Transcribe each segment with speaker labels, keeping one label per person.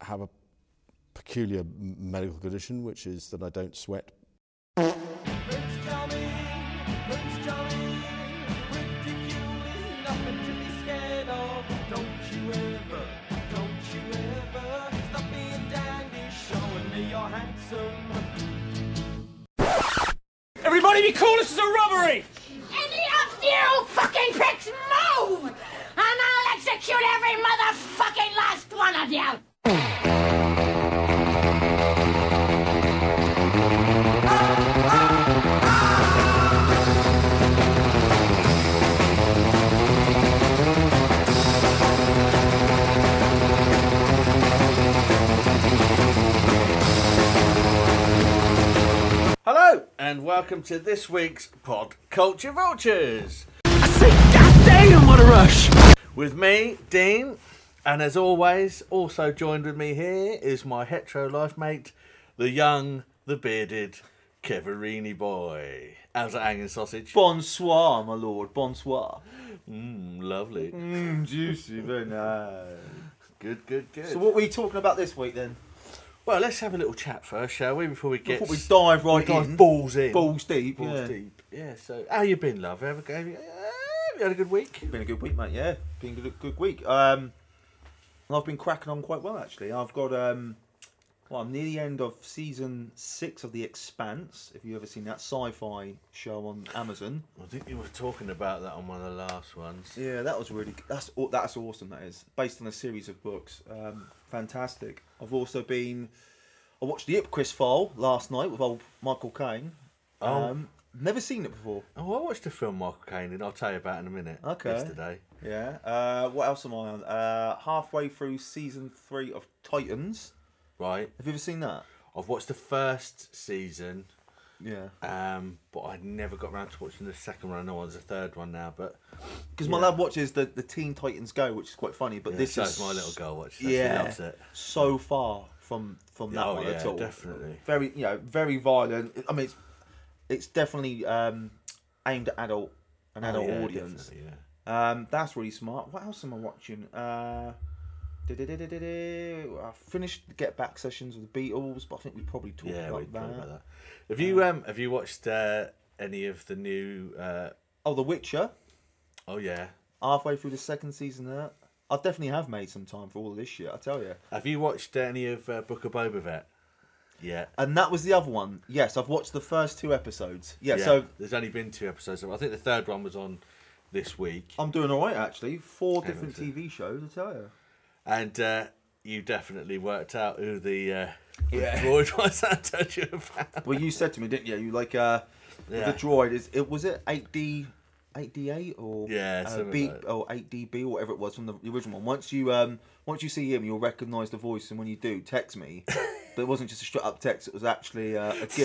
Speaker 1: have a peculiar m- medical condition, which is that I don't sweat.
Speaker 2: Prince Charming, Prince Charming, ridicule is nothing to be scared of. Don't you ever, don't you ever stop being dandy, showing me you're handsome.
Speaker 3: Everybody be cool, this is a robbery!
Speaker 4: Any of you fucking pricks move! And I'll execute every motherfucking last one of you!
Speaker 5: Hello, and welcome to this week's Pod Culture Vultures.
Speaker 3: Goddamn, what a rush!
Speaker 5: With me, Dean, and as always, also joined with me here is my hetero life mate, the young, the bearded Keverini boy. How's that hanging sausage?
Speaker 6: Bonsoir, my lord. Bonsoir.
Speaker 5: Mm, lovely.
Speaker 6: Juicy, very nice.
Speaker 5: Good, good, good.
Speaker 6: So, what are we talking about this week then?
Speaker 5: well, let's have a little chat first, shall we? Before we get
Speaker 6: Before we dive right
Speaker 5: dive
Speaker 6: in,
Speaker 5: balls in,
Speaker 6: balls deep.
Speaker 5: balls
Speaker 6: yeah.
Speaker 5: deep. Yeah. So, how you been, love? Have a go. Have you have you had a good week?
Speaker 6: Been a good week, mate. Yeah, been a good, good week. Um, and I've been cracking on quite well actually. I've got um, well, I'm near the end of season six of The Expanse. If you've ever seen that sci-fi show on Amazon,
Speaker 5: I think you were talking about that on one of the last ones.
Speaker 6: yeah, that was really that's aw- that's awesome. That is based on a series of books. Um, fantastic. I've also been. I watched the Ipcris File last night with old Michael Caine.
Speaker 5: Oh.
Speaker 6: Um, never seen it before.
Speaker 5: Oh, I watched the film Michael Caine, and I'll tell you about it in a minute.
Speaker 6: Okay.
Speaker 5: Yesterday.
Speaker 6: Yeah. Uh, what else am I on? Uh, halfway through season three of Titans.
Speaker 5: Right.
Speaker 6: Have you ever seen that?
Speaker 5: I've watched the first season,
Speaker 6: Yeah.
Speaker 5: um, but I never got round to watching the second one. I know there's a third one now, but
Speaker 6: Because my lad watches the, the Teen Titans Go, which is quite funny, but
Speaker 5: yeah,
Speaker 6: this
Speaker 5: so
Speaker 6: is
Speaker 5: it's my little girl watches. that, She
Speaker 6: Yeah.
Speaker 5: loves it.
Speaker 6: So far from from that
Speaker 5: Oh,
Speaker 6: one at
Speaker 5: yeah,
Speaker 6: all.
Speaker 5: definitely.
Speaker 6: Very you know very violent. I mean, it's it's definitely um, aimed at adult an adult
Speaker 5: Oh, Yeah,
Speaker 6: audience.
Speaker 5: definitely, Yeah.
Speaker 6: Um, that's really smart. What else am I watching? Uh, du-du-du-du-du-du. I finished the Get Back sessions with the Beatles, but I think we probably talked
Speaker 5: Yeah,
Speaker 6: about,
Speaker 5: we
Speaker 6: that.
Speaker 5: talked about that. Have you um have you watched uh, any of the new? Uh,
Speaker 6: Oh, The Witcher.
Speaker 5: oh yeah.
Speaker 6: Halfway through the second season of that. I definitely have made some time for all this shit, I tell you.
Speaker 5: Have you watched any of uh, Book of Boba Fett? Yeah.
Speaker 6: And that was the other one. Yes, I've watched the first two episodes. Yeah,
Speaker 5: yeah.
Speaker 6: so
Speaker 5: there's only been two episodes. I think the third one was on this week.
Speaker 6: I'm doing all right, actually. Four
Speaker 5: Hang on
Speaker 6: different
Speaker 5: a sec.
Speaker 6: TV shows, I tell you.
Speaker 5: And uh, you definitely worked out who the uh, yeah. droid was I told you about.
Speaker 6: Well, you said to me, didn't you? You like uh,
Speaker 5: Yeah.
Speaker 6: the droid is it was it eight D, eight D eight or
Speaker 5: Yeah,
Speaker 6: uh,
Speaker 5: something
Speaker 6: B
Speaker 5: like that.
Speaker 6: or eight DB or whatever it was from the, the original one. Once you um once you see him, you'll recognise the voice, and when you do, text me. but it wasn't just a straight up text; it was actually uh, a gift.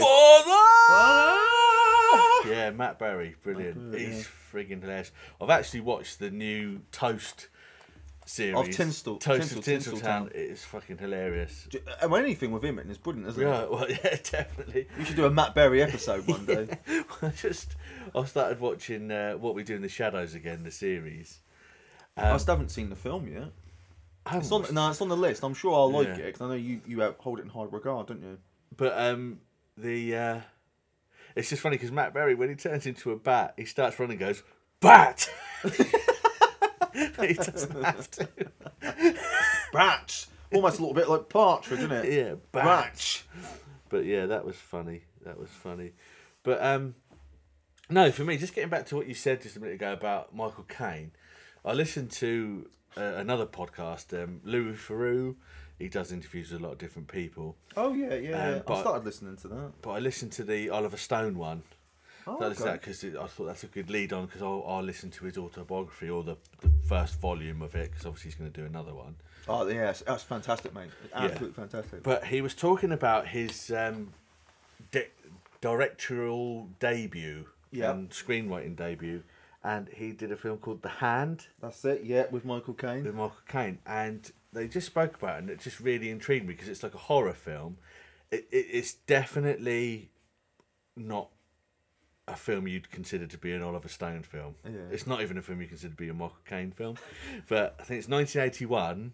Speaker 5: Yeah, Matt Berry, brilliant. He's frigging hilarious. I've actually watched the new Toast series.
Speaker 6: Tinsel-
Speaker 5: Toast
Speaker 6: Tinsel-
Speaker 5: of Tinseltown.
Speaker 6: Tinseltown.
Speaker 5: It's fucking hilarious.
Speaker 6: And anything with him, and it's brilliant, isn't
Speaker 5: Yeah,
Speaker 6: it?
Speaker 5: well, yeah, definitely.
Speaker 6: You should do a Matt Berry episode one day.
Speaker 5: I just, I started watching uh, What We Do in the Shadows again, the series.
Speaker 6: I still haven't seen the film yet.
Speaker 5: I
Speaker 6: It's on, no, it's on the list. I'm sure I'll like
Speaker 5: Yeah.
Speaker 6: it because I know you you uh, hold it in high regard, don't you?
Speaker 5: But um, the uh, it's just funny because Matt Berry, when he turns into a bat, he starts running, and goes bat. he doesn't have to.
Speaker 6: Batch, almost a little bit like Partridge, isn't it?
Speaker 5: Yeah, bat.
Speaker 6: Batch.
Speaker 5: But yeah, that was funny. That was funny. But um, no, for me, just getting back to what you said just a minute ago about Michael Caine, I listened to uh, another podcast, um, Louis Theroux. He does interviews with a lot of different people.
Speaker 6: Oh yeah, yeah.
Speaker 5: Um,
Speaker 6: yeah.
Speaker 5: but-
Speaker 6: I started listening to that.
Speaker 5: But I listened to the Oliver Stone one.
Speaker 6: Oh,
Speaker 5: That is
Speaker 6: okay.
Speaker 5: that because I thought that's a good lead on because I'll, I'll listen to his autobiography or the, the first volume of it because obviously he's going to do another one.
Speaker 6: Oh yeah, that's, that's fantastic, mate. Absolutely fantastic.
Speaker 5: But he was talking about his um, di- directorial debut
Speaker 6: Yeah.
Speaker 5: and screenwriting debut, and he did a film called The Hand
Speaker 6: that's it. Yeah, with Michael Caine.
Speaker 5: with Michael Caine, and they just spoke about it, and it just really intrigued me because it's like a horror film. It, it, it's definitely not a film you'd consider to be an Oliver Stone film.
Speaker 6: Yeah.
Speaker 5: It's not even a film you consider to be a Michael Caine film, but I think it's 1981,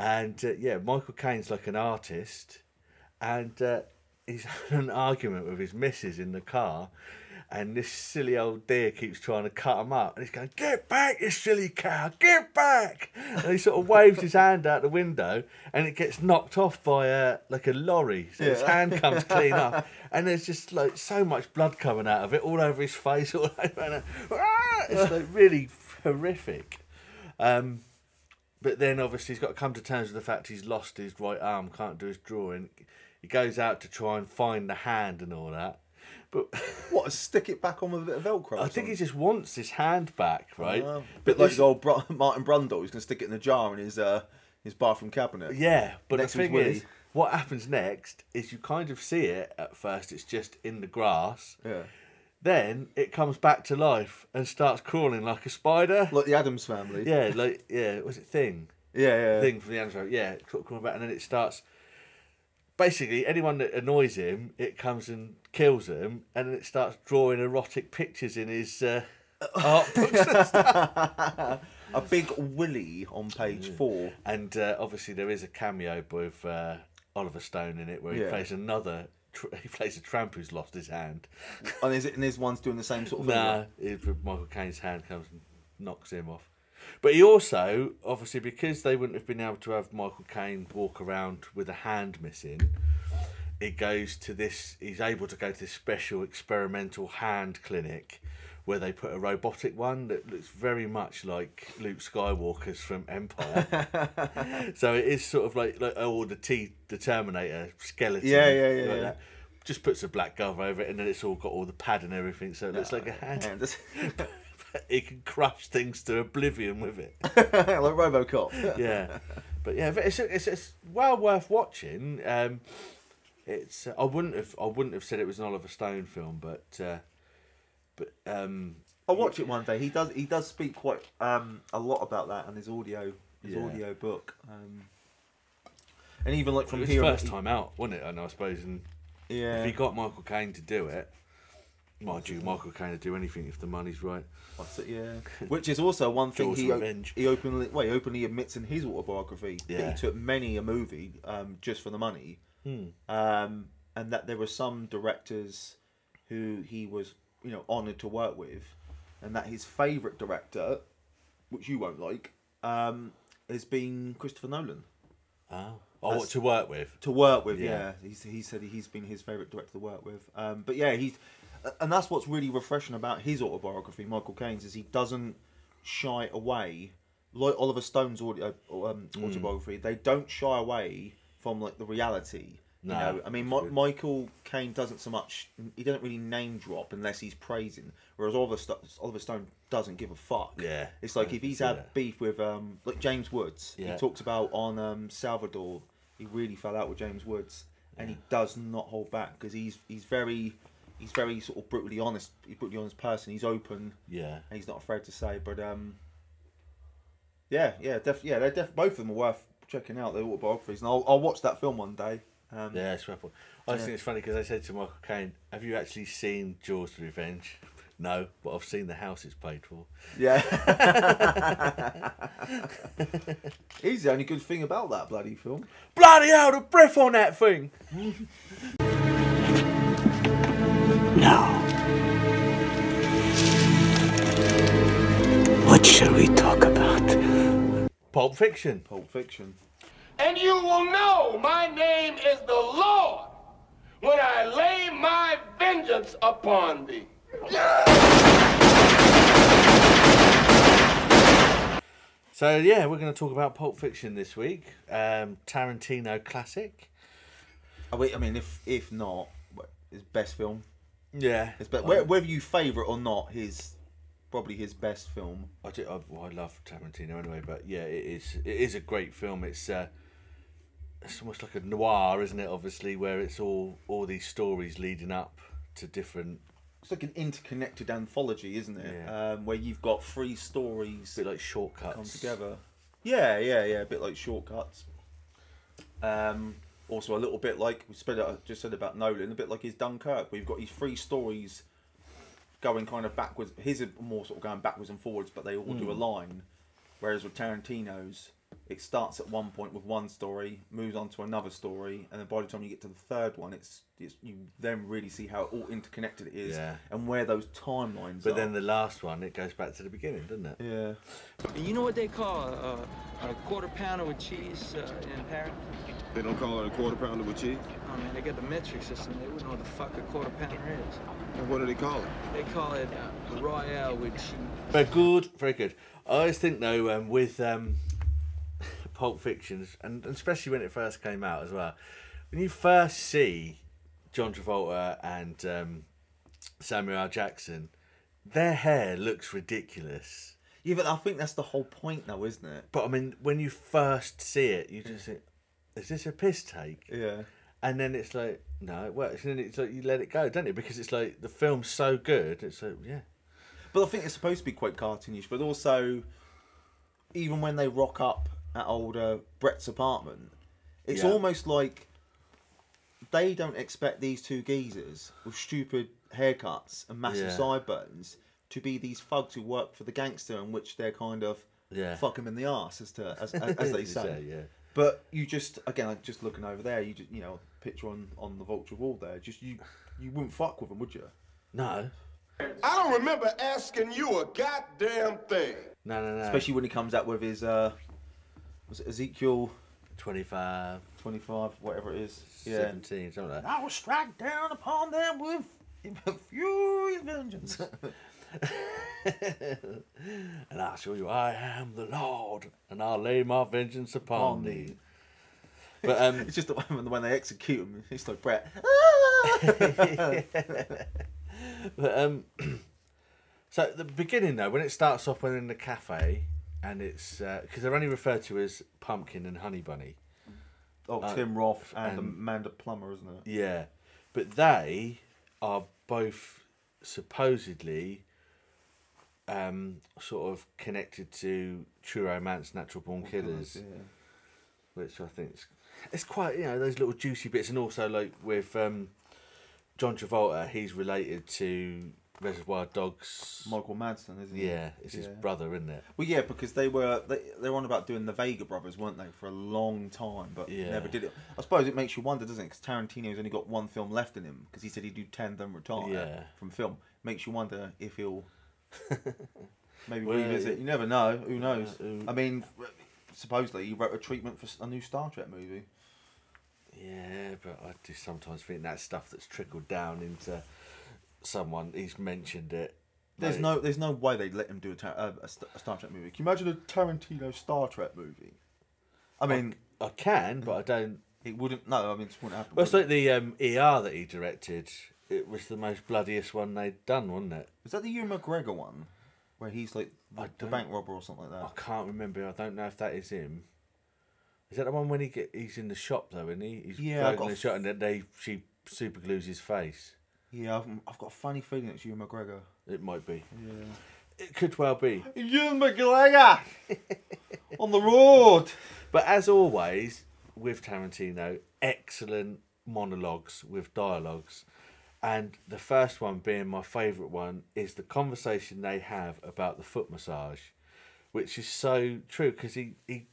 Speaker 5: and uh, yeah, Michael Caine's like an artist, and uh, he's had an argument with his missus in the car, and this silly old deer keeps trying to cut him up, and he's going, "Get back, you silly cow! Get back!" And he sort of waves his hand out the window, and it gets knocked off by a like a lorry, so his
Speaker 6: Yeah.
Speaker 5: hand comes clean up, and there's just like so much blood coming out of it, all over his face, all over. And, uh, "Ah!" it's like really horrific. Um, but then obviously he's got to come to terms with the fact he's lost his right arm, can't do his drawing. He goes out to try and find the hand and all that. But
Speaker 6: What? Stick it back on with a bit of Velcro.
Speaker 5: I think he just wants his hand back, right?
Speaker 6: a bit
Speaker 5: but
Speaker 6: Oh, like
Speaker 5: this-
Speaker 6: his old bro- Martin Brundle. He's gonna stick it in a jar in his uh, his bathroom cabinet.
Speaker 5: yeah, but
Speaker 6: oh, Next
Speaker 5: the
Speaker 6: one's
Speaker 5: thing
Speaker 6: Willy.
Speaker 5: is, what happens next is you kind of see it at first. It's just in the grass.
Speaker 6: Yeah.
Speaker 5: Then it comes back to life and starts crawling like a spider.
Speaker 6: Like the Adams family.
Speaker 5: yeah, like yeah, was it thing?
Speaker 6: Yeah. Yeah.
Speaker 5: thing from the Android. Yeah, sort of coming back, and then it starts. Basically, anyone that annoys him, it comes and kills him, and then it starts drawing erotic pictures in his uh, art books.
Speaker 6: A big Willy on page four.
Speaker 5: and uh, obviously, there is a cameo with uh, Oliver Stone in it, where he
Speaker 6: Yeah.
Speaker 5: plays another. Tr- he plays a tramp who's lost his hand.
Speaker 6: And is it? And his one's doing the same sort of thing.
Speaker 5: Nah, it's with Michael Caine's hand comes and knocks him off. But he also, obviously, because they wouldn't have been able to have Michael Caine walk around with a hand missing, it goes to this. He's able to go to this special experimental hand clinic, where they put a robotic one that looks very much like Luke Skywalker's from Empire. so it is sort of like like oh the T the Terminator skeleton.
Speaker 6: Yeah, yeah, yeah,
Speaker 5: like
Speaker 6: yeah.
Speaker 5: that. Just puts a black glove over it, and then it's all got all the pad and everything, so it looks like a hand.
Speaker 6: And just-
Speaker 5: He can crush things to oblivion with it.
Speaker 6: like RoboCop.
Speaker 5: Yeah, but yeah, but it's, it's it's well worth watching. Um, it's I wouldn't have I wouldn't have said it was an Oliver Stone film, but uh, but um,
Speaker 6: I'll watch it one day. He does. He does speak quite um, a lot about that and his audio. His
Speaker 5: Yeah.
Speaker 6: audio book. Um, and even like
Speaker 5: it
Speaker 6: from
Speaker 5: was
Speaker 6: here,
Speaker 5: first time out, wasn't it? And I suppose and
Speaker 6: Yeah.
Speaker 5: if he got Michael Caine to do it, mind you, Michael Caine to do anything if the money's right.
Speaker 6: What's it, yeah. Which is also one thing
Speaker 5: Jaws
Speaker 6: he, o-
Speaker 5: Revenge.
Speaker 6: he openly well, he openly admits in his autobiography that
Speaker 5: Yeah. Hmm.
Speaker 6: he took many a movie um, just for the money, um, and that there were some directors who he was you know honoured to work with, and that his favourite director, which you won't like, um, has been Christopher Nolan
Speaker 5: Oh, oh what to work with?
Speaker 6: to work with. Yeah,
Speaker 5: Yeah.
Speaker 6: He's, he said he's been his favorite director to work with. Um, but yeah, he's and that's what's really refreshing about his autobiography, Michael Caine's, is he doesn't shy away like Oliver Stone's audio, um,
Speaker 5: Mm.
Speaker 6: autobiography. They don't shy away from like the reality.
Speaker 5: No,
Speaker 6: you know, I mean, Mi- Michael Caine doesn't so much. He doesn't really name drop unless he's praising. Whereas Oliver, Sto- Oliver Stone doesn't give a fuck.
Speaker 5: Yeah,
Speaker 6: it's like
Speaker 5: I
Speaker 6: if he's
Speaker 5: can see
Speaker 6: had
Speaker 5: that.
Speaker 6: beef with um, like James Woods,
Speaker 5: Yeah.
Speaker 6: he talks about on um, Salvador. He really fell out with James Woods, and he does not hold back because he's he's very he's very sort of brutally honest. He's a brutally honest person. He's open.
Speaker 5: Yeah,
Speaker 6: and he's not afraid to say. But um, yeah, yeah, def- yeah. They're def- both of them are worth checking out. Their autobiographies, and I'll, I'll watch that film one day. Um,
Speaker 5: yeah, it's rough. I just think it's funny because I said to Michael Caine, "Have you actually seen Jaws: Revenge?" No, but I've seen the house it's paid for.
Speaker 6: yeah. he's the only good thing about that bloody film.
Speaker 5: Bloody hell, the breath on that thing!
Speaker 3: Now, what shall we talk about?
Speaker 5: Pulp Fiction.
Speaker 6: Pulp Fiction.
Speaker 7: And you will know my name is the Lord when I lay my vengeance upon thee.
Speaker 5: So yeah, we're going to talk about Pulp Fiction this week. Um, Tarantino classic.
Speaker 6: I mean, I mean, if if not, his best film.
Speaker 5: Yeah,
Speaker 6: His best, whe- whether you favourite or not, his probably his best film.
Speaker 5: I, do, I, well, I love Tarantino anyway, but yeah, it is it is a great film. It's uh, it's almost like a noir, isn't it? Obviously, where it's all all these stories leading up to different,
Speaker 6: It's like an interconnected anthology, isn't it?
Speaker 5: Yeah.
Speaker 6: Um, where you've got three stories
Speaker 5: a bit like
Speaker 6: come
Speaker 5: shortcuts
Speaker 6: together. Yeah, yeah, yeah. A bit like shortcuts. Um, also a little bit like we said, I just said about Nolan, a bit like his Dunkirk. We've got these three stories going kind of Hmm. backwards. His are more sort of going backwards and forwards, but they all do a line. Whereas with Tarantino's, it starts at one point with one story, moves on to another story, and then by the time you get to the third one, it's, it's you then really see how all interconnected it is
Speaker 5: Yeah.
Speaker 6: and where those timelines
Speaker 5: But
Speaker 6: are.
Speaker 5: then the last one, it goes back to the beginning, doesn't it?
Speaker 6: yeah,
Speaker 8: You know what they call a, a quarter pounder with cheese uh, in Paris?
Speaker 9: They don't call it a quarter pounder with cheese.
Speaker 8: Oh man, they got the metric system. They wouldn't know what the fuck a quarter pounder is.
Speaker 9: And what do they call it?
Speaker 8: They call it uh, Royale with cheese.
Speaker 5: Very good, very good. I always think though, um, with um, Pulp Fictions, and and especially when it first came out as well, when you first see John Travolta and um, Samuel L. Jackson, their hair looks ridiculous.
Speaker 6: yeah. But I think that's the whole point, though, isn't it?
Speaker 5: But I mean, when you first see it, you just think, "Is this a piss take?"
Speaker 6: Yeah.
Speaker 5: And then it's like, no, it works. And then it's like you let it go, don't you? Because it's like the film's so good. It's like, yeah,
Speaker 6: But I think it's supposed to be quite cartoonish, but also, even when they rock up at old uh, Brett's apartment, it's
Speaker 5: Yeah.
Speaker 6: almost like they don't expect these two geezers with stupid haircuts and massive
Speaker 5: Yeah.
Speaker 6: sideburns to be these thugs who work for the gangster, in which they're kind of
Speaker 5: Yeah.
Speaker 6: fuck them in the ass, as to as, as, as they
Speaker 5: You
Speaker 6: say.
Speaker 5: say, yeah.
Speaker 6: But you just again, like, just looking over there, you just, you know picture on on the vulture wall there. Just you you wouldn't fuck with them, would you?
Speaker 5: no,
Speaker 7: I don't remember asking you a goddamn thing.
Speaker 5: no, no, no.
Speaker 6: especially when he comes out with his uh, was it Ezekiel
Speaker 5: 25,
Speaker 6: twenty five, whatever it is. Yeah,
Speaker 5: 17, something like that.
Speaker 6: I will strike down upon them with furious vengeance.
Speaker 5: And I'll show you I am the Lord, and I'll lay my vengeance upon
Speaker 6: Upon
Speaker 5: thee.
Speaker 6: thee.
Speaker 5: But um,
Speaker 6: it's just the one when they execute him. It's like Brett.
Speaker 5: but um, so at the beginning though, when it starts off, when they're in the cafe, and it's because they're only referred to as pumpkin and honey bunny.
Speaker 6: Oh, Tim Roth and,
Speaker 5: and-
Speaker 6: Amanda Plummer, isn't it?
Speaker 5: Yeah, but they are both supposedly um, sort of connected to True Romance, Natural Born Killers, which I think is, it's quite you know those little juicy bits, and also like with um, John Travolta, he's related to Reservoir Dogs.
Speaker 6: Michael Madsen, isn't he?
Speaker 5: yeah, it's his
Speaker 6: Yeah.
Speaker 5: brother, isn't it?
Speaker 6: Well, yeah, because they were they, they were on about doing the Vega brothers, weren't they, for a long time, but
Speaker 5: Yeah.
Speaker 6: never did it. I suppose it makes you wonder, doesn't it? Because Tarantino's only got one film left in him because he said he'd do ten, then retire
Speaker 5: Yeah.
Speaker 6: from film. Makes you wonder if he'll maybe
Speaker 5: Well,
Speaker 6: revisit.
Speaker 5: yeah.
Speaker 6: You never know. Who knows?
Speaker 5: who-
Speaker 6: I mean, supposedly he wrote a treatment for s- a new Star Trek movie.
Speaker 5: Yeah, but I do sometimes think that stuff that's trickled down into someone. He's mentioned it.
Speaker 6: There's
Speaker 5: like-
Speaker 6: no, there's no way they'd let him do a, tar- uh, a, St- a Star Trek movie. Can you imagine a Tarantino Star Trek movie? I mean,
Speaker 5: I can, but I don't.
Speaker 6: it wouldn't. No, I mean, it just wouldn't happen.
Speaker 5: Well, it's
Speaker 6: would it?
Speaker 5: like the um, ER that he directed. It was the most bloodiest one they'd done, wasn't it?
Speaker 6: Was that the Ewan McGregor one? Where he's like the, the
Speaker 5: don't-
Speaker 6: bank robber or something like
Speaker 5: I
Speaker 6: that.
Speaker 5: can't remember. I don't know if that is him. Is that the one when he get he's in the shop though, isn't he? He's
Speaker 6: Yeah, I
Speaker 5: broken
Speaker 6: got
Speaker 5: the
Speaker 6: f-
Speaker 5: shot and then they she super glues his face.
Speaker 6: Yeah, I've, I've got a funny feeling it's Ewan McGregor.
Speaker 5: It might be. Yeah. It could well be.
Speaker 6: Ewan McGregor! On the road!
Speaker 5: But as always with Tarantino, excellent monologues with dialogues. And the first one being my favourite one is the conversation they have about the foot massage, which is so true because he, he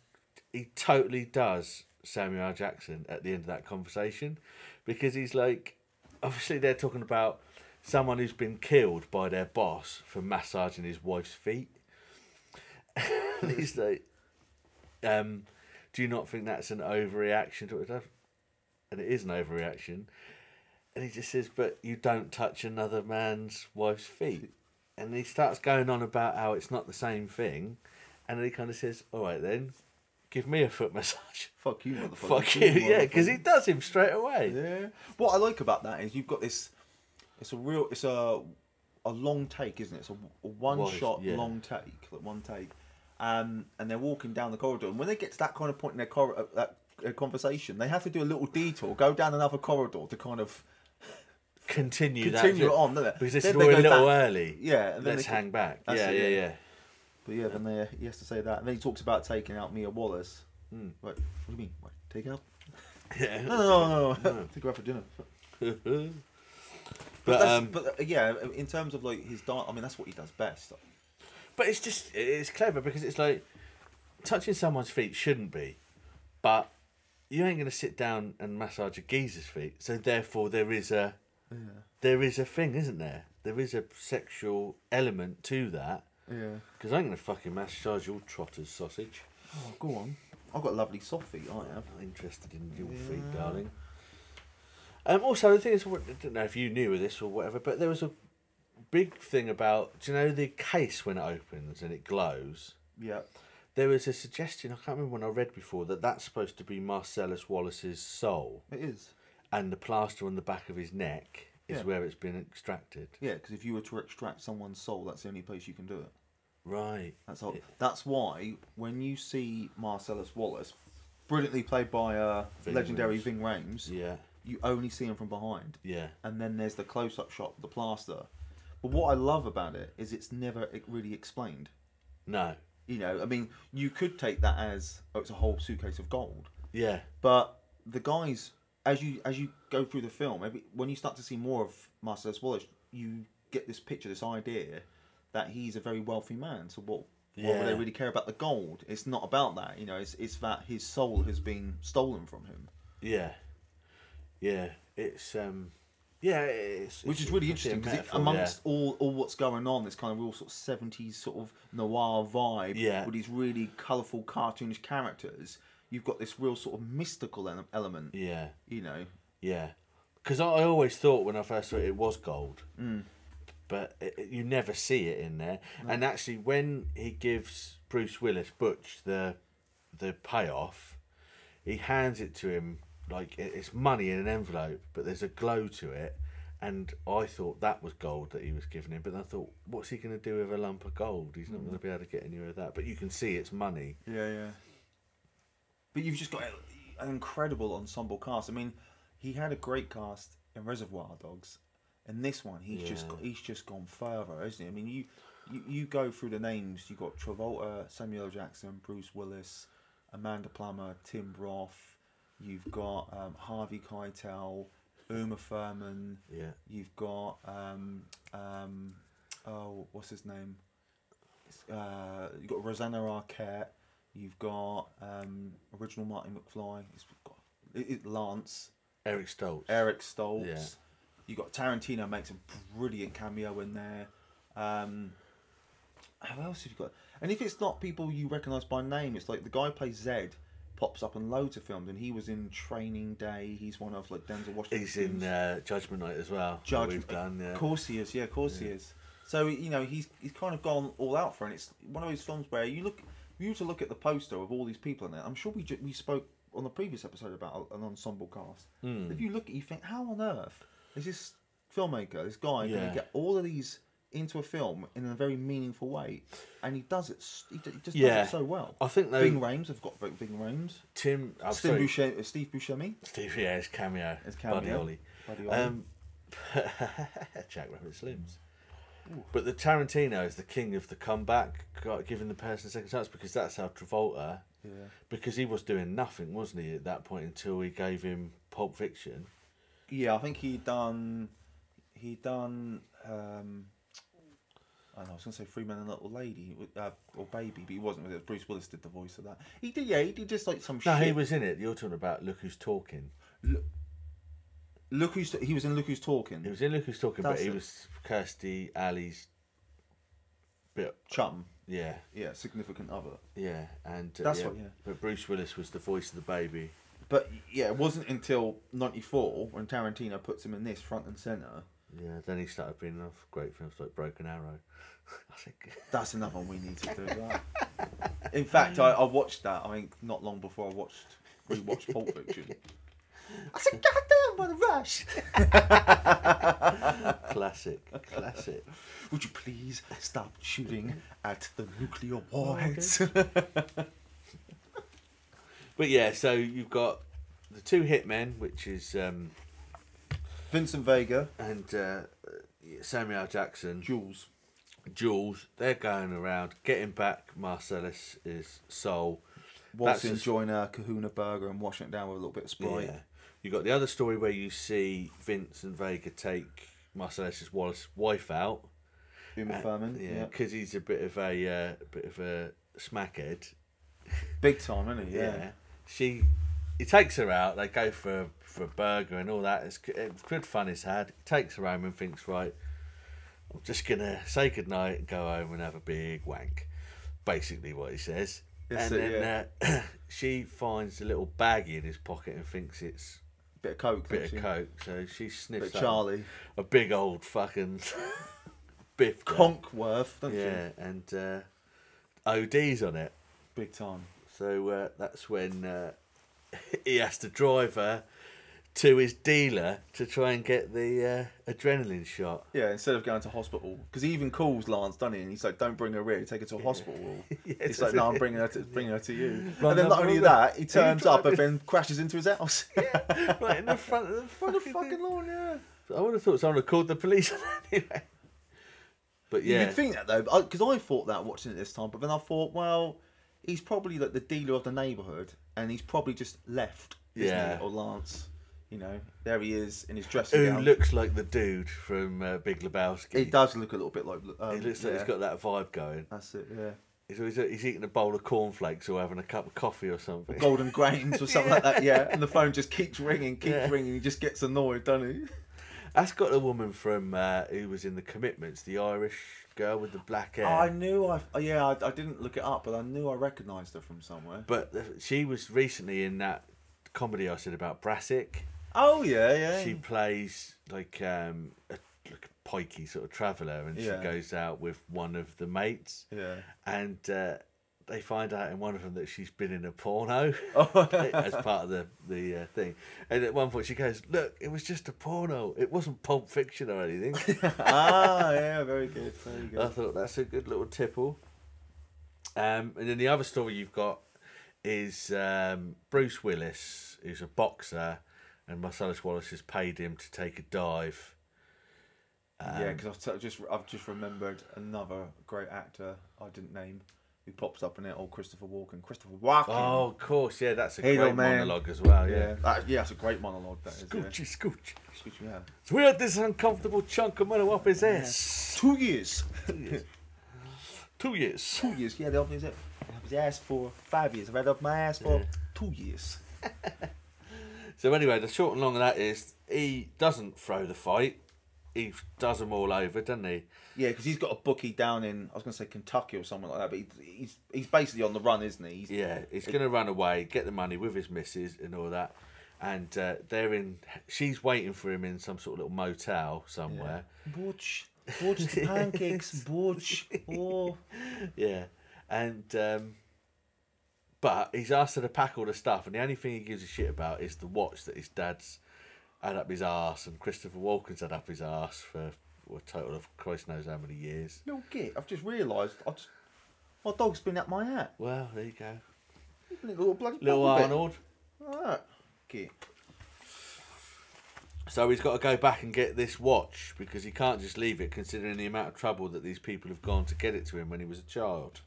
Speaker 5: he totally does Samuel L. Jackson at the end of that conversation because he's like, obviously they're talking about someone who's been killed by their boss for massaging his wife's feet. and he's like, um, do you not think that's an overreaction to it? And it is an overreaction. And he just says, but you don't touch another man's wife's feet. And he starts going on about how it's not the same thing. And then he kind of says, all right then, give me a foot massage.
Speaker 6: Fuck you, motherfucker.
Speaker 5: Fuck you, yeah, because he does him straight away.
Speaker 6: Yeah. What I like about that is you've got this. It's a real. It's a a long take, isn't it? It's a, one shot
Speaker 5: yeah.
Speaker 6: long take, like one take. Um, and they're walking down the corridor, and when they get to that kind of point in their cor- uh, that uh, conversation, they have to do a little detour, go down another corridor to kind of
Speaker 5: Continue, that.
Speaker 6: Continue it on, don't they?
Speaker 5: Because this
Speaker 6: Then
Speaker 5: is
Speaker 6: they
Speaker 5: already a
Speaker 6: go
Speaker 5: little
Speaker 6: back-
Speaker 5: early.
Speaker 6: Yeah, and then
Speaker 5: Let's
Speaker 6: they can-
Speaker 5: hang back.
Speaker 6: That's
Speaker 5: yeah,
Speaker 6: it,
Speaker 5: yeah,
Speaker 6: yeah.
Speaker 5: yeah.
Speaker 6: But yeah, then they, he has to say that, and then he talks about taking out Mia Wallace. Mm. Like, what do you mean? What, take out?
Speaker 5: Yeah.
Speaker 6: No, no, no, no. take her out for dinner.
Speaker 5: but
Speaker 6: But, that's,
Speaker 5: um,
Speaker 6: but uh, yeah, in terms of like his diet, I mean, that's what he does best.
Speaker 5: But it's just it's clever because it's like touching someone's feet shouldn't be, but you ain't gonna sit down and massage a geezer's feet. So therefore, there is a there is a thing, isn't there? There is a sexual element to that.
Speaker 6: Yeah.
Speaker 5: Because I'm gonna fucking massage your trotter's sausage.
Speaker 6: Oh, go on. I've got lovely soft feet, I have.
Speaker 5: I'm not interested in your feet, darling. Um, also, the thing is, I don't know if you knew of this or whatever, but there was a big thing about, do you know, the case when it opens and it glows.
Speaker 6: Yeah.
Speaker 5: There was a suggestion, I can't remember when I read before, that that's supposed to be Marcellus Wallace's soul,
Speaker 6: It is.
Speaker 5: and the plaster on the back of his neck is
Speaker 6: Yeah.
Speaker 5: where it's been extracted.
Speaker 6: Yeah, because if you were to extract someone's soul, that's the only place you can do it.
Speaker 5: Right.
Speaker 6: That's all. That's why when you see Marcellus Wallace, brilliantly played by uh,
Speaker 5: Ving
Speaker 6: legendary
Speaker 5: Rhames.
Speaker 6: Ving Rhames,
Speaker 5: Yeah.
Speaker 6: you only see him from behind.
Speaker 5: Yeah.
Speaker 6: And then there's the close-up shot, the plaster. But what I love about it is it's never e- really explained.
Speaker 5: No.
Speaker 6: You know, I mean, you could take that as oh, it's a whole suitcase of gold,
Speaker 5: Yeah.
Speaker 6: but the guys, as you as you go through the film, every, when you start to see more of Marcellus Wallace, you get this picture, this idea that he's a very wealthy man. So what? Why
Speaker 5: Yeah.
Speaker 6: would they really care about the gold? It's not about that, you know. It's it's that his soul has been stolen from him,
Speaker 5: Yeah. Yeah. It's, um, yeah, it's.
Speaker 6: which
Speaker 5: it's-
Speaker 6: is really
Speaker 5: it's a
Speaker 6: interesting because
Speaker 5: metaphor, yeah.
Speaker 6: amongst all all what's going on, this kind of real sort of seventies sort of noir vibe
Speaker 5: Yeah.
Speaker 6: with these really colourful, cartoonish characters, you've got this real sort of mystical ele- element,
Speaker 5: Yeah,
Speaker 6: you know.
Speaker 5: yeah. Because I I always thought when I first saw it, it was gold.
Speaker 6: Mm.
Speaker 5: But it, it- you never see it in there. And actually, when he gives Bruce Willis, Butch, the the payoff, he hands it to him like it- it's money in an envelope, but there's a glow to it. And I thought that was gold that he was giving him. But then I thought, what's he going to do with a lump of gold? He's not going to be able to get anywhere with that. But you can see it's money.
Speaker 6: Mm. Yeah, yeah. But you've just got an incredible ensemble cast. I mean, he had a great cast in Reservoir Dogs, and this one he's just
Speaker 5: Yeah.
Speaker 6: go- he's just gone further, isn't he? I mean, you, you you go through the names. You got Travolta, Samuel L. Jackson, Bruce Willis, Amanda Plummer, Tim Roth. You've got um, Harvey Keitel, Uma Thurman.
Speaker 5: Yeah.
Speaker 6: You've got um, um, oh, what's his name? It's, Uh, you've got Rosanna Arquette. You've got um, original Martin McFly. It's got it, it- Lance,
Speaker 5: Eric Stoltz.
Speaker 6: Eric Stoltz.
Speaker 5: Yeah.
Speaker 6: You got Tarantino makes a brilliant cameo in there. Um, who else have you got? And if it's not people you recognise by name, it's like the guy who plays Zed pops up in loads of films, and he was in Training Day. He's one of like Denzel Washington.
Speaker 5: He's in uh, Judgment Night as well. that
Speaker 6: Judge,
Speaker 5: We've done, yeah.
Speaker 6: Of course he is. Yeah, of course he is. So you know he's he's kind of gone all out for it. It's one of those films where you look, if you were to look at the poster of all these people in it. I'm sure we ju- we spoke on the previous episode about a- an ensemble cast.
Speaker 5: Hmm.
Speaker 6: If you look at, it, you think, how on earth is this filmmaker, this guy, going
Speaker 5: Yeah.
Speaker 6: to get all of these into a film in a very meaningful way? And he does it. s- He, d- he just
Speaker 5: Yeah.
Speaker 6: does it so well.
Speaker 5: I think though-
Speaker 6: Ving Rhames have got Ving Rhames.
Speaker 5: Tim, I'm
Speaker 6: Steve
Speaker 5: sorry,
Speaker 6: Buscemi, Steve Buscemi.
Speaker 5: Steve, yeah, it's cameo.
Speaker 6: It's
Speaker 5: Buddy
Speaker 6: cameo.
Speaker 5: Holly.
Speaker 6: Buddy Holly.
Speaker 5: Um, Jack Rabbit Slims. But the Tarantino is the king of the comeback, got- giving the person a second chance because that's how Travolta.
Speaker 6: Yeah.
Speaker 5: Because he was doing nothing, wasn't he, at that point until we gave him Pulp Fiction.
Speaker 6: Yeah, I think he done. He done. Um, I, don't know, I was gonna say Three Men and a Little Lady uh, or Baby, but he wasn't. It was Bruce Willis did the voice of that. He did. Yeah, he did just like some.
Speaker 5: No,
Speaker 6: shit.
Speaker 5: he was in it. You're talking about Look Who's Talking.
Speaker 6: Look who's he was in. Look who's talking.
Speaker 5: He was in Look Who's Talking,
Speaker 6: That's
Speaker 5: but he
Speaker 6: it.
Speaker 5: was Kirsty Alley's bit.
Speaker 6: chum.
Speaker 5: Yeah,
Speaker 6: Yeah, significant other.
Speaker 5: yeah, and uh,
Speaker 6: That's what- yeah.
Speaker 5: But Bruce Willis was the voice of the baby.
Speaker 6: But yeah, it wasn't until '94 when Tarantino puts him in this front and center.
Speaker 5: Yeah, then he started being off great films like Broken Arrow. I think
Speaker 6: That's another one we need to do. That. In fact, I, I watched that. I think not long before I watched rewatched Pulp Fiction. I said, "God damn, what a rush!"
Speaker 5: classic, classic.
Speaker 6: Would you please stop shooting at the nuclear warheads?
Speaker 5: But yeah, so you've got the two hitmen, which is um,
Speaker 6: Vincent Vega,
Speaker 5: and uh, Samuel Jackson,
Speaker 6: Jules.
Speaker 5: Jules. They're going around getting back Marcellus' soul.
Speaker 6: Whilst
Speaker 5: That's a-
Speaker 6: enjoying a Kahuna burger and washing it down with a little bit of Sprite.
Speaker 5: Yeah. You got the other story where you see Vince and Vega take Marcellus' Wallace wife out.
Speaker 6: Uma Thurman.
Speaker 5: Uh, Yeah,
Speaker 6: Yeah.
Speaker 5: because he's a bit of a uh, bit of a smackhead.
Speaker 6: Big time, isn't he? Yeah.
Speaker 5: yeah. She, he takes her out. They go for for a burger and all that. It's g- it's good fun. He's had. He takes her home and thinks, right, I'm just gonna say goodnight and go home and have a big wank. Basically, what he says.
Speaker 6: That's
Speaker 5: and
Speaker 6: it,
Speaker 5: then uh, she finds a little baggie in his pocket and thinks it's
Speaker 6: Bit of coke.
Speaker 5: a bit
Speaker 6: actually.
Speaker 5: of coke. So she
Speaker 6: Bit
Speaker 5: sniffs
Speaker 6: of
Speaker 5: up
Speaker 6: Charlie.
Speaker 5: a big old fucking biff there.
Speaker 6: Conkworth, don't you?
Speaker 5: Yeah, and uh, ODs on it.
Speaker 6: Big time.
Speaker 5: So uh, that's when uh, he has to drive her to his dealer to try and get the uh, adrenaline shot.
Speaker 6: Yeah, instead of going to hospital, because he even calls Lance, doesn't he? And he's like, "Don't bring her here. Take her to a hospital." he's like, "No, I'm bringing her to bringing her to you."
Speaker 5: Run
Speaker 6: and then
Speaker 5: that
Speaker 6: not only
Speaker 5: road.
Speaker 6: that, he
Speaker 5: He
Speaker 6: turns up and
Speaker 5: drives-
Speaker 6: then crashes into his house.
Speaker 5: right in the front of the
Speaker 6: On the
Speaker 5: fucking,
Speaker 6: fucking lawn, yeah.
Speaker 5: I would have thought someone had called the police on that anyway. But yeah,
Speaker 6: You'd think that though, because I thought that watching it this time, but then I thought, well, he's probably like the dealer of the neighbourhood, and he's probably just left. isn't he?
Speaker 5: Yeah.
Speaker 6: Or Lance, you know, there he is in his dressing
Speaker 5: who
Speaker 6: gown.
Speaker 5: looks like the dude from uh, Big Lebowski?
Speaker 6: He does look a little bit like. Um,
Speaker 5: He looks like
Speaker 6: yeah. Uh.
Speaker 5: he's got that vibe going.
Speaker 6: That's it. Yeah.
Speaker 5: He's, always, he's eating a bowl of cornflakes or having a cup of coffee or something.
Speaker 6: Golden grains or something like that, yeah. And the phone just keeps ringing, keeps
Speaker 5: Yeah.
Speaker 6: ringing. He just gets annoyed, doesn't he?
Speaker 5: That's got the woman from uh, who was in the Commitments, the Irish girl with the black hair.
Speaker 6: I knew I, oh, yeah, I, I didn't look it up, but I knew I recognised her from somewhere.
Speaker 5: But the- she was recently in that comedy I said about Brassic.
Speaker 6: Oh yeah, yeah.
Speaker 5: She plays like um, a, like a pikey sort of traveller, and
Speaker 6: Yeah.
Speaker 5: she goes out with one of the mates,
Speaker 6: yeah.
Speaker 5: and uh, they find out in one of them that she's been in a porno
Speaker 6: Oh.
Speaker 5: as part of the the uh, thing. And at one point, she goes, "Look, it was just a porno. It wasn't Pulp Fiction or anything."
Speaker 6: ah, yeah. Very good. Very
Speaker 5: I
Speaker 6: good.
Speaker 5: thought that's a good little tipple. Um, and then the other story you've got is um, Bruce Willis, who's a boxer, and Marcellus Wallace has paid him to take a dive. Um,
Speaker 6: yeah, because I've t- just I've just remembered another great actor I didn't name who pops up in it. Oh, Christopher Walken. Christopher Walken.
Speaker 5: Oh, of course, yeah, that's a
Speaker 6: Hey,
Speaker 5: great
Speaker 6: old man.
Speaker 5: monologue as well.
Speaker 6: yeah.
Speaker 5: Yeah,
Speaker 6: That- yeah, that's a great monologue. That is.
Speaker 5: Scoochie, scooch.
Speaker 6: Yeah. Excuse me, yeah.
Speaker 5: So we had this uncomfortable chunk of metal up his ass.
Speaker 6: Two years.
Speaker 5: Two years.
Speaker 6: Two years. Yeah, they opened his up his ass for five years. I've had up my ass for two years.
Speaker 5: So anyway, the short and long of that is he doesn't throw the fight. He does them all over, doesn't he?
Speaker 6: Yeah, because he's got a bookie down in I was going to say Kentucky or somewhere like that, but he, he's he's basically on the run, isn't he? He's,
Speaker 5: Yeah, he's going to run away, get the money with his missus and all that. And uh, they're in. She's waiting for him in some sort of little motel somewhere.
Speaker 6: Butch, Butch the pancakes, Butch. Oh,
Speaker 5: Yeah, and um, but he's asked her to pack all the stuff, and the only thing he gives a shit about is the watch that his dad's had up his arse, and Christopher Walken's had up his arse for a total of Christ knows how many years.
Speaker 6: no git. I've just realised. I just my dog's been at my hat.
Speaker 5: Well, there you go,
Speaker 6: Isn't it a Little bloody
Speaker 5: little
Speaker 6: bottle bit?
Speaker 5: Arnold.
Speaker 6: Alright. Git.
Speaker 5: So he's got to go back and get this watch because he can't just leave it, considering the amount of trouble that these people have gone to get it to him when he was a child.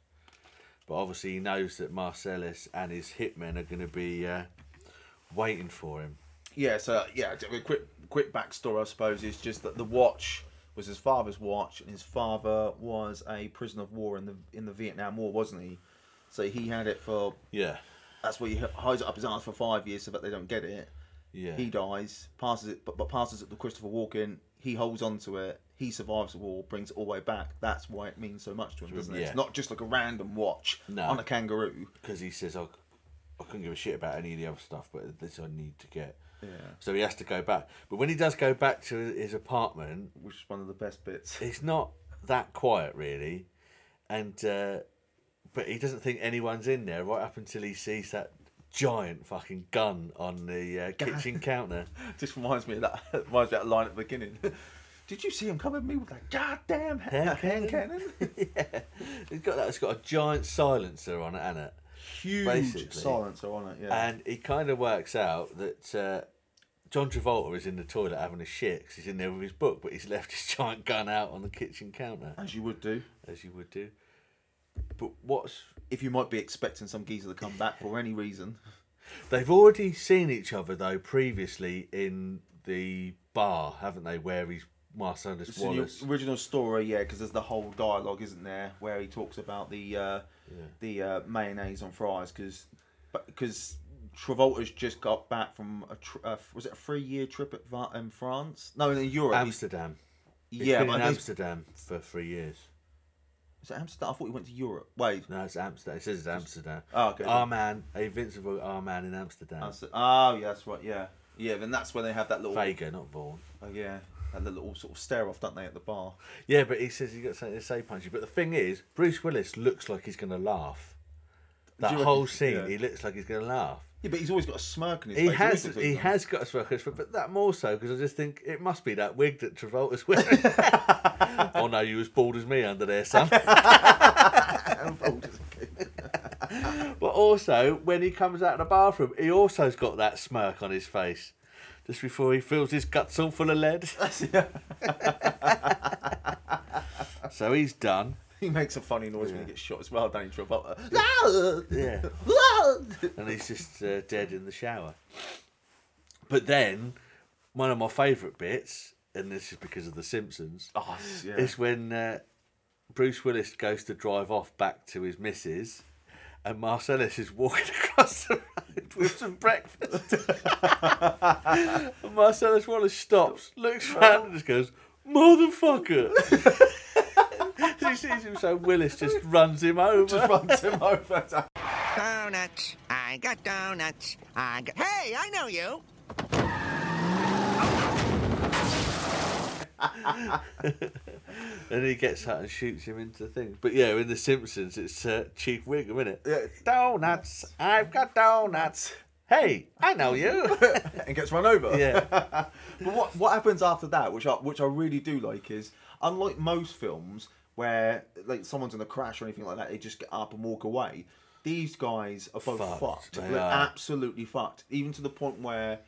Speaker 5: But obviously, he knows that Marcellus and his hitmen are going to be uh, waiting for him.
Speaker 6: Yeah. So yeah, a quick quick backstory, I suppose, is just that the watch was his father's watch, and his father was a prisoner of war in the in the Vietnam War, wasn't he? So he had it for
Speaker 5: Yeah,
Speaker 6: That's where he h- hides it up his arse for five years so that they don't get it.
Speaker 5: yeah,
Speaker 6: He dies, passes it, but, but passes it to Christopher Walken. He holds on to it. He survives the war, brings it all the way back. That's why it means so much to him, doesn't it?
Speaker 5: yeah.
Speaker 6: It's not just like a random watch
Speaker 5: No.
Speaker 6: on a kangaroo.
Speaker 5: because he says, I, "I couldn't give a shit about any of the other stuff, but this I need to get."
Speaker 6: Yeah,
Speaker 5: So he has to go back. But when he does go back to his apartment,
Speaker 6: which is one of the best bits.
Speaker 5: it's not that quiet really, and uh, but he doesn't think anyone's in there right up until he sees that giant fucking gun on the uh, kitchen counter.
Speaker 6: just reminds me of that. Reminds me of that line at the beginning. Did you see him coming at me with that goddamn hand, hand cannon?
Speaker 5: It's got that. It's got a giant silencer on it, and it,
Speaker 6: Huge
Speaker 5: Basically.
Speaker 6: silencer on it. Yeah.
Speaker 5: and he kind of works out that. Uh, John Travolta is in the toilet having a shit 'cause he's in there with his book, but he's left his giant gun out on the kitchen counter,
Speaker 6: As you would do.
Speaker 5: as you would do. But what's
Speaker 6: If you might be expecting some geezer to come back for any reason.
Speaker 5: They've already seen each other though previously in the bar, haven't they? Where he's Marcellus
Speaker 6: So the
Speaker 5: Wallace.
Speaker 6: original story, yeah, because there's the whole dialogue, isn't there, where he talks about the uh, the uh, mayonnaise on fries because because Travolta's just got back from a tr- uh, was it a three year trip at Va- in France? No, in Europe.
Speaker 5: Amsterdam. He's
Speaker 6: yeah,
Speaker 5: been
Speaker 6: but
Speaker 5: in
Speaker 6: I think-
Speaker 5: Amsterdam for three years.
Speaker 6: was it Amsterdam? I thought he went to Europe. Wait,
Speaker 5: No, it's Amsterdam. It says it's Amsterdam.
Speaker 6: Oh, okay.
Speaker 5: Our man, Invincible Our Man in Amsterdam.
Speaker 6: Amster- oh yeah, that's right. Yeah, yeah. Then that's when they have that little
Speaker 5: Vega, not Vaughn.
Speaker 6: Oh, yeah, that little sort of stare off, don't they, at the bar?
Speaker 5: Yeah, but he says he's got something to say punchy. But the thing is, Bruce Willis looks like he's going to laugh. That
Speaker 6: you reckon-
Speaker 5: whole scene,
Speaker 6: yeah.
Speaker 5: he looks like he's going to laugh.
Speaker 6: Yeah, but he's always got a smirk on his
Speaker 5: He
Speaker 6: face.
Speaker 5: has,
Speaker 6: always looks
Speaker 5: he
Speaker 6: like-
Speaker 5: has got a smirk on his face, but that more so because I just think it must be that wig that Travolta's wearing. oh no, you as bald as me under there, son. but also, when he comes out of the bathroom, he also's got that smirk on his face, just before he fills his guts all full of lead. so he's done.
Speaker 6: He makes a funny noise when he gets shot as well, Danny Travolta. Ah!
Speaker 5: Yeah. and he's just uh, dead in the shower. But then, one of my favourite bits, and this is because of The Simpsons,
Speaker 6: Oh, yeah.
Speaker 5: is when uh, Bruce Willis goes to drive off back to his missus, and Marcellus is walking across the road with some breakfast. and Marcellus Wallace stops, looks round, and just goes, Motherfucker! he sees him, so Willis just runs him over.
Speaker 6: Just runs him over.
Speaker 10: Donuts. I got donuts. I got. Hey, I know you.
Speaker 5: And he gets out and shoots him into the thing. But yeah, in The Simpsons, it's uh, Chief Wiggum, isn't it?
Speaker 6: Yeah.
Speaker 5: Donuts. I've got donuts. Hey, I know you.
Speaker 6: and gets run over.
Speaker 5: yeah.
Speaker 6: But what what happens after that, which I which I really do like, is unlike most films where like someone's in a crash or anything like that, they just get up and walk away. These guys are both
Speaker 5: Fucked,
Speaker 6: fucked.
Speaker 5: they
Speaker 6: They're
Speaker 5: are.
Speaker 6: absolutely fucked. Even to the point where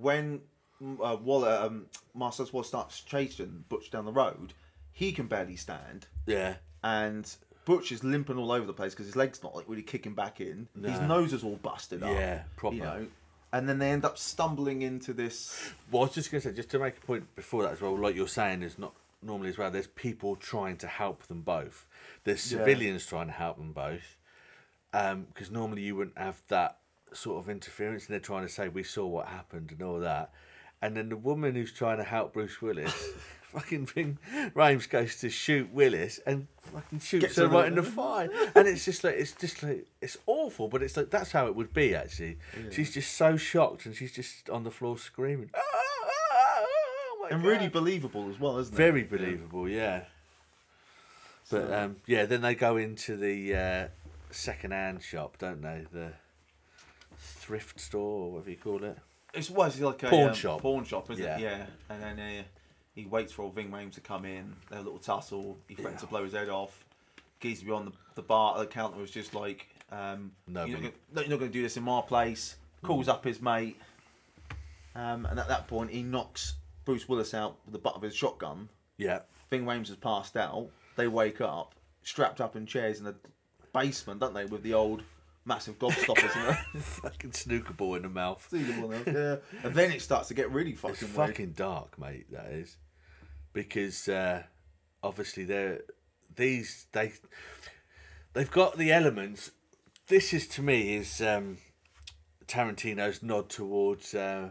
Speaker 6: when mm, uh, Waller, um, Marcellus Waller starts chasing Butch down the road, he can barely stand,
Speaker 5: Yeah.
Speaker 6: and Butch is limping all over the place because his leg's not like really kicking back in. His nose is all busted up.
Speaker 5: Yeah, proper.
Speaker 6: You know, and then they end up stumbling into this.
Speaker 5: Well, I was just going to say, just to make a point before that as well, like you're saying, is not normally as well, there's people trying to help them both. There's
Speaker 6: Yeah.
Speaker 5: civilians trying to help them both. Because normally you wouldn't have that sort of interference, and they're trying to say, We saw what happened and all that. And then the woman who's trying to help Bruce Willis, fucking thing, Rames goes to shoot Willis and fucking shoots
Speaker 6: Gets
Speaker 5: her
Speaker 6: her
Speaker 5: right
Speaker 6: in
Speaker 5: in
Speaker 6: the-
Speaker 5: the thigh. And it's just like, it's just like, it's awful, but it's like, that's how it would be actually. She's just so shocked and she's just on the floor screaming. Ah, Oh my
Speaker 6: and really
Speaker 5: God.
Speaker 6: believable as well, isn't it?
Speaker 5: very believable, yeah. But um, yeah, then they go into the uh, second-hand shop, don't they? The thrift store, or whatever you call it.
Speaker 6: It's was like a
Speaker 5: Pawn
Speaker 6: um,
Speaker 5: shop.
Speaker 6: Pawn shop, isn't
Speaker 5: Yeah.
Speaker 6: it? Yeah. And then uh, he waits for old Ving Rhames to come in. They have a little tussle. He threatens to blow his head off. Geezer behind the, the bar at the counter was just like, um,
Speaker 5: No,
Speaker 6: you're, not
Speaker 5: mate.
Speaker 6: gonna, no, you're not going to do this in my place. Calls
Speaker 5: Hmm.
Speaker 6: up his mate. Um, and at that point, he knocks Bruce Willis out with the butt of his shotgun.
Speaker 5: Yeah,
Speaker 6: Ving Rhames has passed out. They wake up, strapped up in chairs in the basement, don't they, with the old massive gobstoppers in there.
Speaker 5: fucking snooker ball in the mouth.
Speaker 6: See the one else, yeah. And then it starts to get really fucking
Speaker 5: It's
Speaker 6: weird.
Speaker 5: fucking dark, mate. That is because uh, obviously they're these they they've got the elements. This is to me is um, Tarantino's nod towards uh,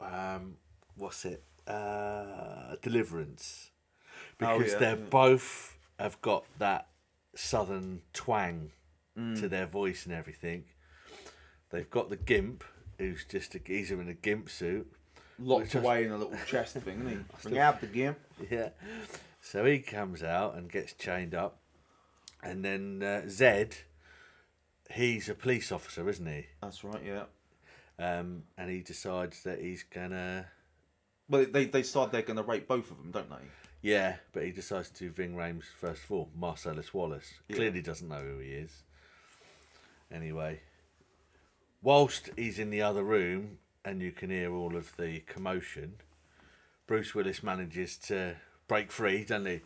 Speaker 5: um, what's it uh, Deliverance because
Speaker 6: Oh, yeah,
Speaker 5: they're
Speaker 6: yeah.
Speaker 5: both have got that southern twang to
Speaker 6: Mm.
Speaker 5: their voice and everything. They've got the gimp, who's just a geezer in a gimp suit.
Speaker 6: locked
Speaker 5: Which I-
Speaker 6: away in a little chest thing. Isn't he? Bring out the gimp.
Speaker 5: Yeah. So he comes out and gets chained up, and then uh, Zed, he's a police officer, isn't he?
Speaker 6: That's right. Yeah.
Speaker 5: Um, and he decides that he's gonna.
Speaker 6: Well, they they decide they're going to rape both of them, don't they?
Speaker 5: Yeah, but he decides to do Ving Rhames first of all, Marcellus Wallace. Clearly doesn't know who he is. Anyway, whilst he's in the other room and you can hear all of the commotion, Bruce Willis manages to break free, doesn't he?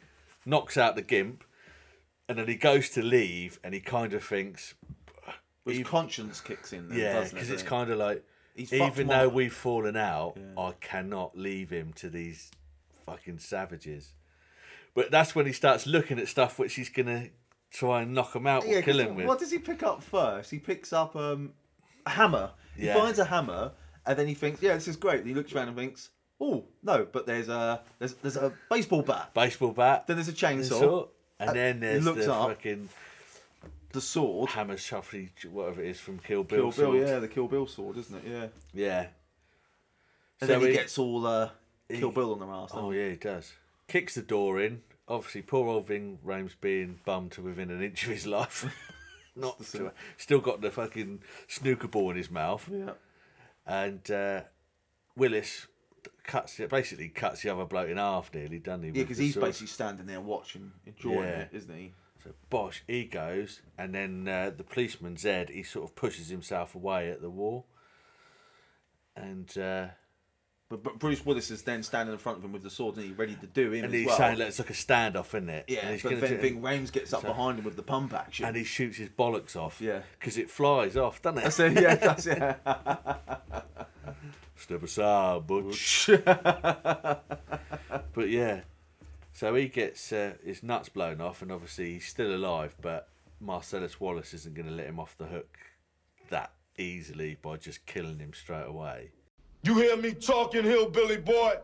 Speaker 5: Knocks out the gimp, and then he goes to leave and he kind of thinks,
Speaker 6: His
Speaker 5: Ev-
Speaker 6: conscience kicks in. Then,
Speaker 5: yeah,
Speaker 6: doesn't it,
Speaker 5: because it's
Speaker 6: then?
Speaker 5: kind of like,
Speaker 6: He's fucked
Speaker 5: even though
Speaker 6: mine.
Speaker 5: we've fallen out, I cannot leave him to these fucking savages. But that's when he starts looking at stuff which he's gonna try and knock him out or kill
Speaker 6: 'cause
Speaker 5: him with.
Speaker 6: What does he pick up first? He picks up um, a hammer. He
Speaker 5: Yeah.
Speaker 6: finds a hammer, and then he thinks, "Yeah, this is great." And he looks around and thinks, "Oh no!" But there's a there's there's a baseball bat.
Speaker 5: Baseball bat.
Speaker 6: Then there's a
Speaker 5: chainsaw,
Speaker 6: chainsaw,
Speaker 5: and then
Speaker 6: he
Speaker 5: there's
Speaker 6: looks
Speaker 5: the
Speaker 6: up.
Speaker 5: fucking
Speaker 6: the sword.
Speaker 5: hammer shuffly, whatever it is from Kill Bill.
Speaker 6: Kill Bill,
Speaker 5: sword.
Speaker 6: yeah, the Kill Bill sword, isn't it? Yeah.
Speaker 5: Yeah.
Speaker 6: And
Speaker 5: So
Speaker 6: then he,
Speaker 5: he-
Speaker 6: gets all uh, Kill
Speaker 5: he-
Speaker 6: Bill on the ass.
Speaker 5: Oh yeah, he does. Kicks the door in. Obviously, poor old Ving Rhames being bummed to within an inch of his life. Not to, still got the fucking snooker ball in his mouth,
Speaker 6: Yeah.
Speaker 5: and uh, Willis cuts the- basically cuts the other bloke in half nearly, doesn't he?
Speaker 6: Yeah,
Speaker 5: with
Speaker 6: because
Speaker 5: the
Speaker 6: he's
Speaker 5: sword?
Speaker 6: basically standing there watching, enjoying
Speaker 5: Yeah.
Speaker 6: it, isn't he?
Speaker 5: So Bosch, he goes, and then uh, the policeman Zed, he sort of pushes himself away at the wall, and uh,
Speaker 6: But, but Bruce Willis is then standing in front of him with the sword, and he ready to do him
Speaker 5: and
Speaker 6: as
Speaker 5: he's
Speaker 6: well.
Speaker 5: saying, "Look, it's like a standoff, isn't it?"
Speaker 6: yeah,
Speaker 5: and he's
Speaker 6: but
Speaker 5: gonna
Speaker 6: then
Speaker 5: do it.
Speaker 6: Ving Rhames gets up behind him with the pump action.
Speaker 5: and he shoots his bollocks off.
Speaker 6: Yeah.
Speaker 5: because it flies off, doesn't it?
Speaker 6: That's it, yeah, that's it.
Speaker 5: Step aside, butch. but yeah, so he gets uh, his nuts blown off, and obviously he's still alive. But Marcellus Wallace isn't going to let him off the hook that easily by just killing him straight away.
Speaker 7: You hear me talking, hillbilly boy?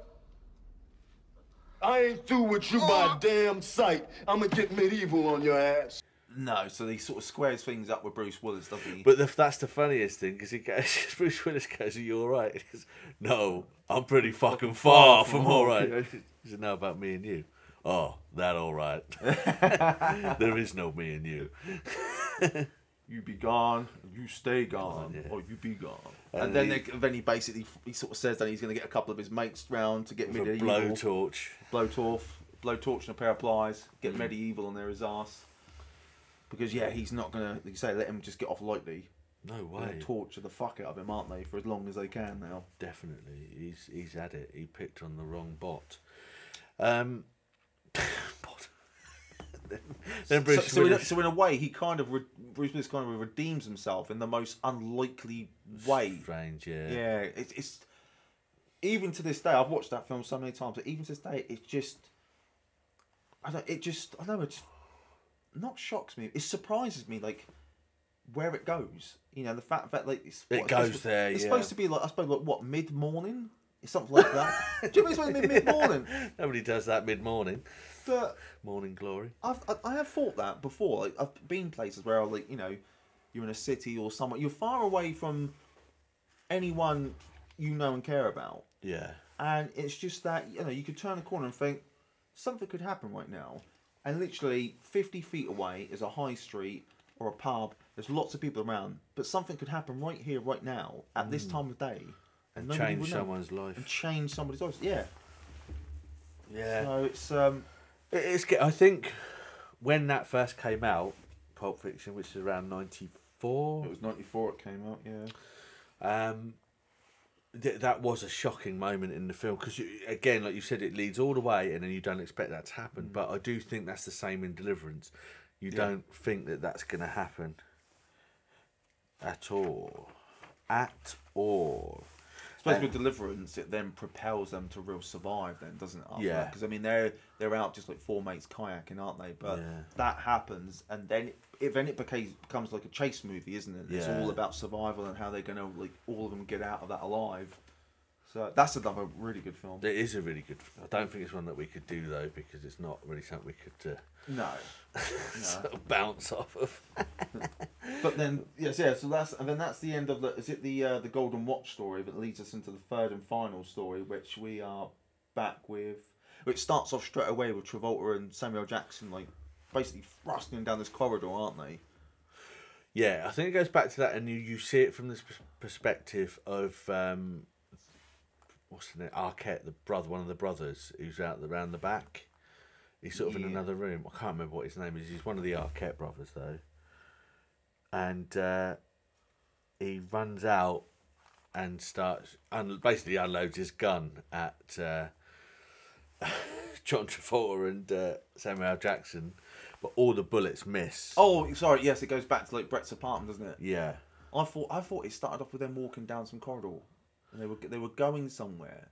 Speaker 7: I ain't through with you by a damn sight. I'ma get medieval on your ass.
Speaker 6: No, so he sort of squares things up with Bruce Willis, doesn't he?
Speaker 5: But the, that's the funniest thing because he goes, Bruce Willis goes, "Are you all right?" He goes, "No, I'm pretty fucking far from all right." He said, "No, about me and you." Oh, that all right. there is no me and you.
Speaker 6: you be gone, you stay gone,
Speaker 5: yeah.
Speaker 6: or you be gone. And, then, they, then he basically he sort of says that he's going to get a couple of his mates round to get
Speaker 5: With a
Speaker 6: medieval
Speaker 5: blowtorch.
Speaker 6: blowtorch, blowtorch and a pair of pliers, get
Speaker 5: Mm.
Speaker 6: medieval on there his ass. Because yeah, he's not going to like you say let him just get off lightly.
Speaker 5: No
Speaker 6: They're
Speaker 5: way.
Speaker 6: gonna torture the fuck out of him, aren't they? For as long as they can now.
Speaker 5: Definitely, he's he's at it. He picked on the wrong bot. Um, bot. then
Speaker 6: So,
Speaker 5: Bruce
Speaker 6: so, in a,
Speaker 5: Willis.
Speaker 6: so in a way, he kind of re- Bruce Willis kind of redeems himself in the most unlikely way.
Speaker 5: strange, yeah.
Speaker 6: Yeah, it's, it's even to this day. I've watched that film so many times, but even to this day, it's just I don't. It just I don't know. It's not shocks me. It surprises me, like where it goes. You know, the fact that like it's,
Speaker 5: It
Speaker 6: what,
Speaker 5: goes
Speaker 6: supposed to-
Speaker 5: there,
Speaker 6: It's
Speaker 5: yeah.
Speaker 6: supposed to be like I suppose like what mid morning. Something like that. Do you know what I mean? Mid morning,
Speaker 5: Nobody does that mid morning.
Speaker 6: but
Speaker 5: Morning glory.
Speaker 6: I've, I, I have thought that before. Like, I've been places where, like, you know, you're in a city or somewhere, you're far away from anyone you know and care about,
Speaker 5: Yeah.
Speaker 6: and it's just that you know you could turn a corner and think something could happen right now, and literally 50 feet away is a high street or a pub. There's lots of people around, but something could happen right here, right now, at this time of day, and nobody
Speaker 5: Change
Speaker 6: would know.
Speaker 5: someone's
Speaker 6: and
Speaker 5: life.
Speaker 6: change somebody's life. Yeah.
Speaker 5: Yeah.
Speaker 6: So it's um.
Speaker 5: It is. ge- I think when that first came out, Pulp Fiction, which is around ninety four,
Speaker 6: was 94. It came out. Yeah.
Speaker 5: um, th- that was a shocking moment in the film because again, like you said, it leads all the way, and then you don't expect that to happen.
Speaker 6: Mm.
Speaker 5: But I do think that's the same in Deliverance. You don't think that that's going to happen at all, at all.
Speaker 6: suppose
Speaker 5: Um,
Speaker 6: with deliverance, it then propels them to real survive, then doesn't it?
Speaker 5: Yeah.
Speaker 6: Because I mean, they're they're out just like four mates kayaking, aren't they? But
Speaker 5: Yeah.
Speaker 6: that happens, and then it, then it becomes becomes like a chase movie, isn't it? It's
Speaker 5: Yeah.
Speaker 6: all about survival and how they're gonna like all of them get out of that alive. So that's another really good film.
Speaker 5: It is a really good. I don't think it's one that we could do though because it's not really something we could uh,
Speaker 6: No. No.
Speaker 5: sort of bounce off of.
Speaker 6: But then yes, yeah. So that's and then that's the end of the. Is it the uh, the Golden Watch story that leads us into the third and final story, which we are back with, which starts off straight away with Travolta and Samuel Jackson like basically thrusting down this corridor, aren't they?
Speaker 5: Yeah, I think it goes back to that, and you, you see it from this pers- perspective of um, what's the name? Arquette, the brother, one of the brothers who's out the, round the back. He's sort of in
Speaker 6: Yeah.
Speaker 5: another room. I can't remember what his name is. He's one of the Arquette brothers, though. And uh, he runs out and starts and basically unloads his gun at uh, John Travolta and uh, Samuel L. Jackson, but all the bullets miss.
Speaker 6: Oh, sorry. Yes, it goes back to like Brett's apartment, doesn't it?
Speaker 5: yeah.
Speaker 6: I thought I thought it started off with them walking down some corridor, and they were they were going somewhere.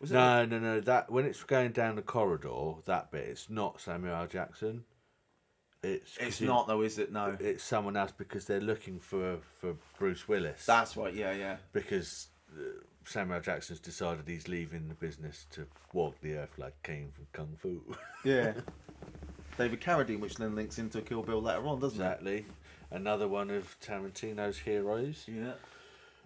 Speaker 6: Was it?
Speaker 5: No, no, no. That when it's going down the corridor, that bit, it's not Samuel L. Jackson. It's 'cause
Speaker 6: It's
Speaker 5: you-
Speaker 6: not though, is it? No.
Speaker 5: It's someone else because they're looking for for Bruce Willis.
Speaker 6: That's right. Yeah, yeah.
Speaker 5: because uh, Samuel Jackson's decided he's leaving the business to walk the earth like Kane from Kung Fu.
Speaker 6: Yeah. David Carradine, which then links into Kill Bill later on, doesn't it?
Speaker 5: exactly. Another one of Tarantino's heroes.
Speaker 6: Yeah.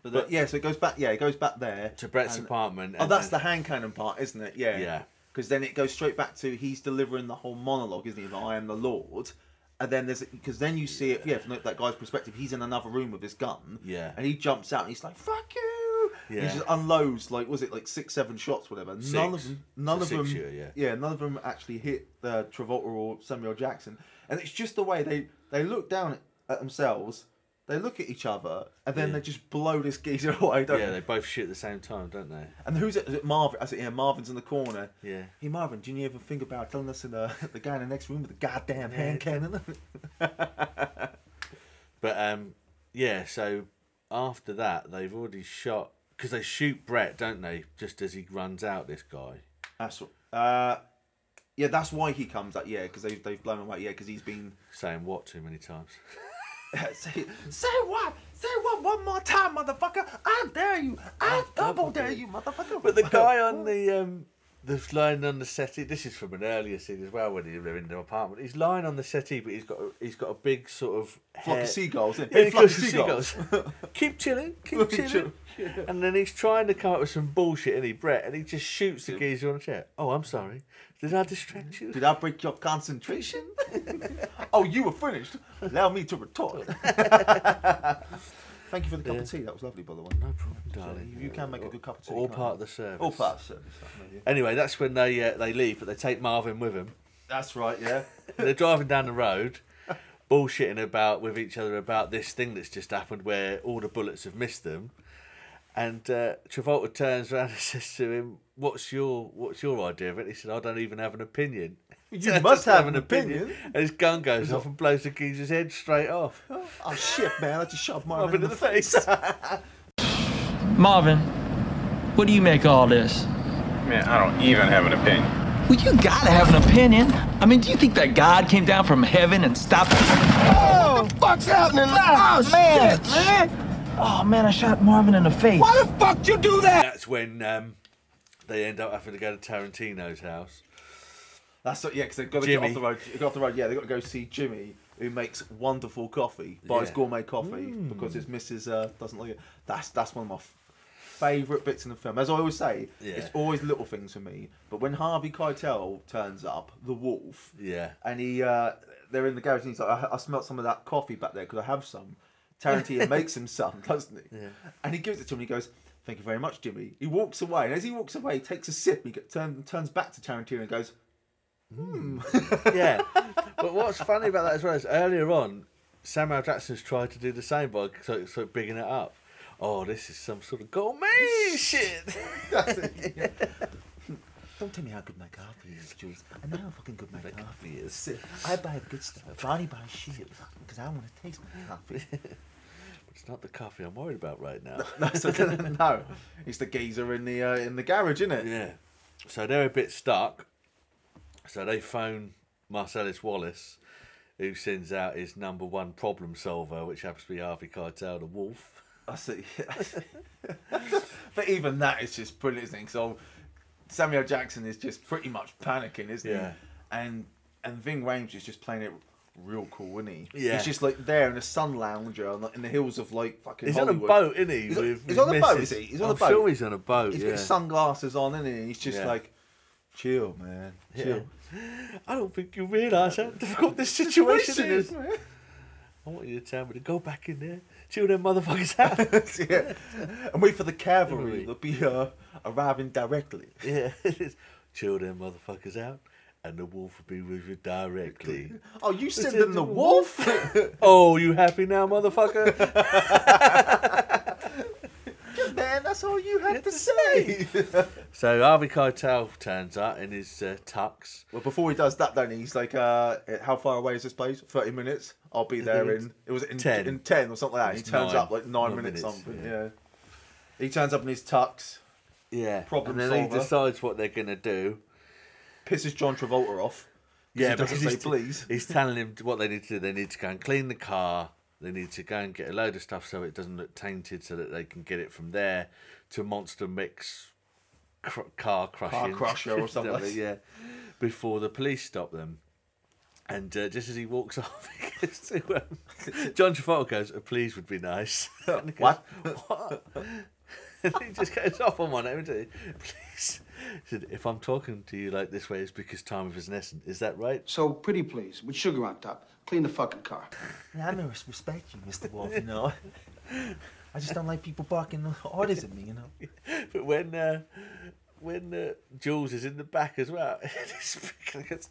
Speaker 6: But,
Speaker 5: But-
Speaker 6: that- yeah, so it goes back. Yeah, it goes back there
Speaker 5: To Brett's
Speaker 6: and-
Speaker 5: apartment.
Speaker 6: Oh,
Speaker 5: and
Speaker 6: that's the
Speaker 5: then-
Speaker 6: hand cannon part, isn't it? Yeah.
Speaker 5: Yeah.
Speaker 6: Because then it goes straight back to he's delivering the whole monologue, isn't he? That I am the Lord. And then there's because then you see it, yeah, from that guy's perspective, he's in another room with his gun.
Speaker 5: Yeah.
Speaker 6: And he jumps out and he's like, "Fuck you!" And
Speaker 5: Yeah.
Speaker 6: He just unloads like was it like six, seven shots, whatever. None of
Speaker 5: Six.
Speaker 6: them,
Speaker 5: It's a
Speaker 6: none of them,
Speaker 5: six-shooter, yeah.
Speaker 6: none of them actually hit uh, Travolta or Samuel Jackson. And it's just the way they they look down at themselves, they look at each other, and then
Speaker 5: Yeah.
Speaker 6: they just blow this geezer away. Don't
Speaker 5: Yeah,
Speaker 6: they?
Speaker 5: they both shoot at the same time, don't they?
Speaker 6: And who's it? Is it Marvin? I said, yeah, Marvin's in the corner.
Speaker 5: Yeah.
Speaker 6: Hey, Marvin, didn't you ever think about telling us in the, the guy in the next room with the goddamn hand cannon?
Speaker 5: But um, yeah. So after that, they've already shot because they shoot Brett, don't they? Just as he runs out, this guy.
Speaker 6: that's uh, yeah. That's why he comes out. Yeah, because they've they've blown him away. Yeah, because he's been
Speaker 5: Saying what too many times.
Speaker 6: say, say what? Say what one more time, motherfucker? I dare you. I double dare you, motherfucker.
Speaker 5: But the guy on the um, the lying on the settee. This is from an earlier scene as well when he- they're in the apartment. He's lying on the settee, but he's got a, he's got a big sort of
Speaker 6: flock
Speaker 5: hair-
Speaker 6: of seagulls.
Speaker 5: Yeah, he
Speaker 6: flock of
Speaker 5: goes to seagulls. keep chilling, keep chilling. And then he's trying to come up with some bullshit, and he Brett, and he just shoots the geezer on the chair. Oh, I'm sorry. Did I distract you?
Speaker 6: Did I break your concentration? oh, you were finished. Allow me to retort. Thank you for the cup of tea. That was lovely, by the way.
Speaker 5: No problem, darling.
Speaker 6: You, you can make a good cup of tea.
Speaker 5: All
Speaker 6: can't
Speaker 5: part
Speaker 6: you?
Speaker 5: of the service.
Speaker 6: All part of the service. I know you.
Speaker 5: Anyway, that's when they uh, they leave, but they take Marvin with them.
Speaker 6: That's right. Yeah.
Speaker 5: they're driving down the road, bullshitting about with each other about this thing that's just happened where all the bullets have missed them. And uh, Travolta turns around and says to him, "What's your What's your idea of it?" He said, "I don't even have an opinion."
Speaker 6: You
Speaker 5: I
Speaker 6: must
Speaker 5: just
Speaker 6: have an opinion.
Speaker 5: And his gun goes off and blows the geezer's head straight off.
Speaker 6: oh shit, man! I just shoved my
Speaker 5: Up
Speaker 6: in the, face.
Speaker 8: Marvin, what do you make of all this?
Speaker 7: Man, I don't even have an opinion.
Speaker 8: Well, you gotta have an opinion. I mean, do you think that God came down from heaven and stopped? Oh, what the fuck's happening? Oh, man, shit, man. Oh man, I shot Marvin in the face. What the fuck you do that?
Speaker 5: That's when um, they end up having to go to Tarantino's house.
Speaker 6: That's what, yeah, because they've got to get
Speaker 5: Jimmy.
Speaker 6: off the road. Get off the road. Yeah, they've got to go see Jimmy, who makes wonderful coffee. Buys
Speaker 5: Yeah.
Speaker 6: gourmet coffee because hhis missus uh, doesn't like it. That's that's one of my f- favourite bits in the film. As I always say,
Speaker 5: Yeah.
Speaker 6: it's always little things for me. But when Harvey Keitel turns up, the wolf,
Speaker 5: Yeah.
Speaker 6: and he uh, they're in the garage and he's like, I, I smelt some of that coffee back there. Could I have some? Tarantino makes him some, doesn't he? Yeah. And he gives it to him. and He goes, "Thank you very much, Jimmy." He walks away, and as he walks away, he takes a sip. He get, turn, turns back to Tarantino and goes,
Speaker 5: yeah. But what's funny about that as well is earlier on, Samuel Jackson's tried to do the same by so, so bigging it up. Oh, this is some sort of gourmet shit.
Speaker 6: Don't tell me how good my coffee is, Jules. I know how fucking good my coffee
Speaker 5: is.
Speaker 6: I buy the good stuff. Ronnie buys shit because I want to taste my coffee.
Speaker 5: It's not the coffee I'm worried about right now.
Speaker 6: no, so, no, it's the geezer in the uh, in the garage, isn't it?
Speaker 5: yeah. So they're a bit stuck. So they phone Marcellus Wallace, who sends out his number one problem solver, which happens to be Harvey Keitel, the wolf.
Speaker 6: I see. but even that is just brilliant, isn't it? So Samuel Jackson is just pretty much panicking, isn't
Speaker 5: Yeah.
Speaker 6: he? And and Ving Rhames is just playing it real cool, isn't he?
Speaker 5: Yeah.
Speaker 6: He's just like there in a sun lounger on the- in the hills of like fucking.
Speaker 5: He's on a
Speaker 6: Hollywood.
Speaker 5: boat, isn't he?
Speaker 6: He's,
Speaker 5: with
Speaker 6: he's
Speaker 5: his
Speaker 6: on a boat, is
Speaker 5: missus?
Speaker 6: he? He's on
Speaker 5: I'm
Speaker 6: a boat.
Speaker 5: sure he's on a boat.
Speaker 6: He's
Speaker 5: yeah.
Speaker 6: got his sunglasses on, isn't he? And he's just
Speaker 5: Yeah.
Speaker 6: like, chill, man, chill.
Speaker 5: I don't think you realise how difficult this situation is. I want you to tell me to go back in there, chill them motherfuckers out.
Speaker 6: yeah. And wait for the cavalry. They'll be uh, arriving directly.
Speaker 5: yeah, it is. chill them motherfuckers out, and the wolf will be with you directly.
Speaker 6: Oh, you send them the wolf?
Speaker 5: oh, you happy now, motherfucker?
Speaker 6: man, that's all you had to say.
Speaker 5: so Harvey Keitel turns up in his uh, tux.
Speaker 6: well, before he does that, then he's like, uh, how far away is this place? 30 minutes. I'll be there in, it was in
Speaker 5: 10.
Speaker 6: 10, in 10 or something like that. He
Speaker 5: Mm-hmm. It's
Speaker 6: turns
Speaker 5: nine.
Speaker 6: up like nine,
Speaker 5: Nine
Speaker 6: minutes,
Speaker 5: minutes,
Speaker 6: something,
Speaker 5: yeah.
Speaker 6: yeah. He turns up in his tux,
Speaker 5: Yeah,
Speaker 6: Problem
Speaker 5: and then he
Speaker 6: solver.
Speaker 5: decides what they're gonna do.
Speaker 6: pisses John Travolta off.
Speaker 5: Yeah,
Speaker 6: he doesn't
Speaker 5: because
Speaker 6: say
Speaker 5: he's,
Speaker 6: please.
Speaker 5: he's telling him what they need to do. They need to go and clean the car. They need to go and get a load of stuff so it doesn't look tainted, so that they can get it from there to Monster Mix cr- car crushing
Speaker 6: crusher or
Speaker 5: Don't
Speaker 6: something.
Speaker 5: they? yeah, before the police stop them. And uh, just as he walks off, he goes to, um, John Travolta goes, "A please would be nice." And he goes,
Speaker 6: What?
Speaker 5: What? and he just goes off on one. Every day. Please, he said, if I'm talking to you like this way, it's because time is an essence. Is that right?
Speaker 11: So pretty please, with sugar on top. Clean the fucking car.
Speaker 6: I may res- respect you, Mr. Wolf, you know. I just don't like people barking orders at me, you know.
Speaker 5: But when uh, when uh, Jules is in the back as well, he's picking, it's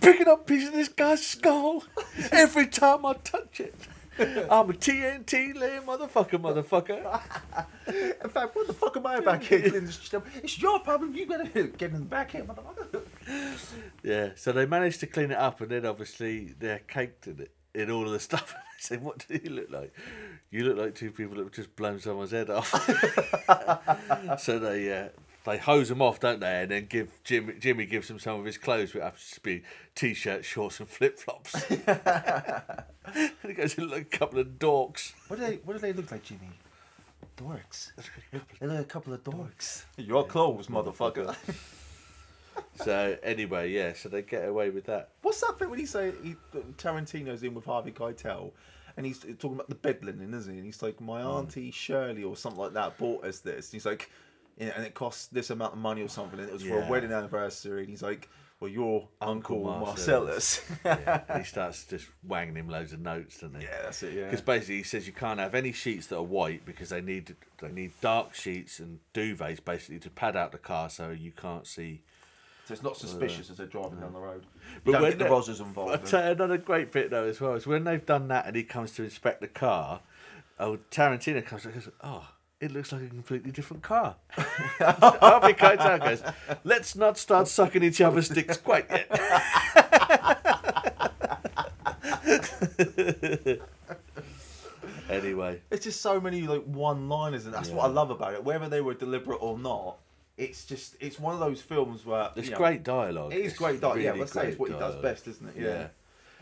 Speaker 5: picking up pieces of this guy's skull every time I touch it. I'm a TNT layer motherfucker, motherfucker.
Speaker 6: In fact, what the fuck am I back here? cleaning this shit up? It's your problem. You better get in the back here, motherfucker.
Speaker 5: Yeah, so they managed to clean it up, and then obviously they're caked in it, in all of the stuff. I said, "What do you look like? You look like two people that have just blown someone's head off." so they uh, they hose them off, don't they? And then give Jimmy Jimmy gives him some of his clothes, which happens to be t-shirt, shorts, and flip flops. and he goes, "You look like a couple of dorks."
Speaker 6: What do they? What do they look like, Jimmy? Dorks. They look like a couple of dorks. Your clothes, motherfucker.
Speaker 5: So anyway, yeah, so they get away with that.
Speaker 6: What's that bit when he say he, Tarantino's in with Harvey Keitel, and he's talking about the bed linen, isn't he? And he's like, my
Speaker 5: Mm.
Speaker 6: auntie Shirley or something like that bought us this. And he's like, yeah, and it cost this amount of money or something. And it was for
Speaker 5: Yeah.
Speaker 6: a wedding anniversary. And he's like, well, your uncle,
Speaker 5: Marcellus.
Speaker 6: Marcellus.
Speaker 5: yeah, and he starts just wanging him loads of notes, doesn't he?
Speaker 6: Yeah, that's it, yeah.
Speaker 5: Because basically he says you can't have any sheets that are white because they need they need dark sheets and duvets basically to pad out the car so you can't see.
Speaker 6: So it's not suspicious as they're driving down the road.
Speaker 5: But
Speaker 6: Don't
Speaker 5: when
Speaker 6: get the
Speaker 5: they-
Speaker 6: Rosas
Speaker 5: I'll
Speaker 6: involved.
Speaker 5: tell you another great bit though as well is when they've done that and he comes to inspect the car. Oh, Tarantino comes and goes, oh. It looks like a completely different car. Harvey Keitel goes, let's not start sucking each other's dicks quite yet. anyway,
Speaker 6: It's just so many like one-liners, and that's what I love about it. Whether they were deliberate or not, it's just it's one of those films where
Speaker 5: It's
Speaker 6: you know,
Speaker 5: great dialogue.
Speaker 6: It is
Speaker 5: It's
Speaker 6: great dialogue.
Speaker 5: really
Speaker 6: yeah, let's say it's
Speaker 5: great
Speaker 6: what he does
Speaker 5: dialogue.
Speaker 6: best, isn't it? Yeah.
Speaker 5: Yeah.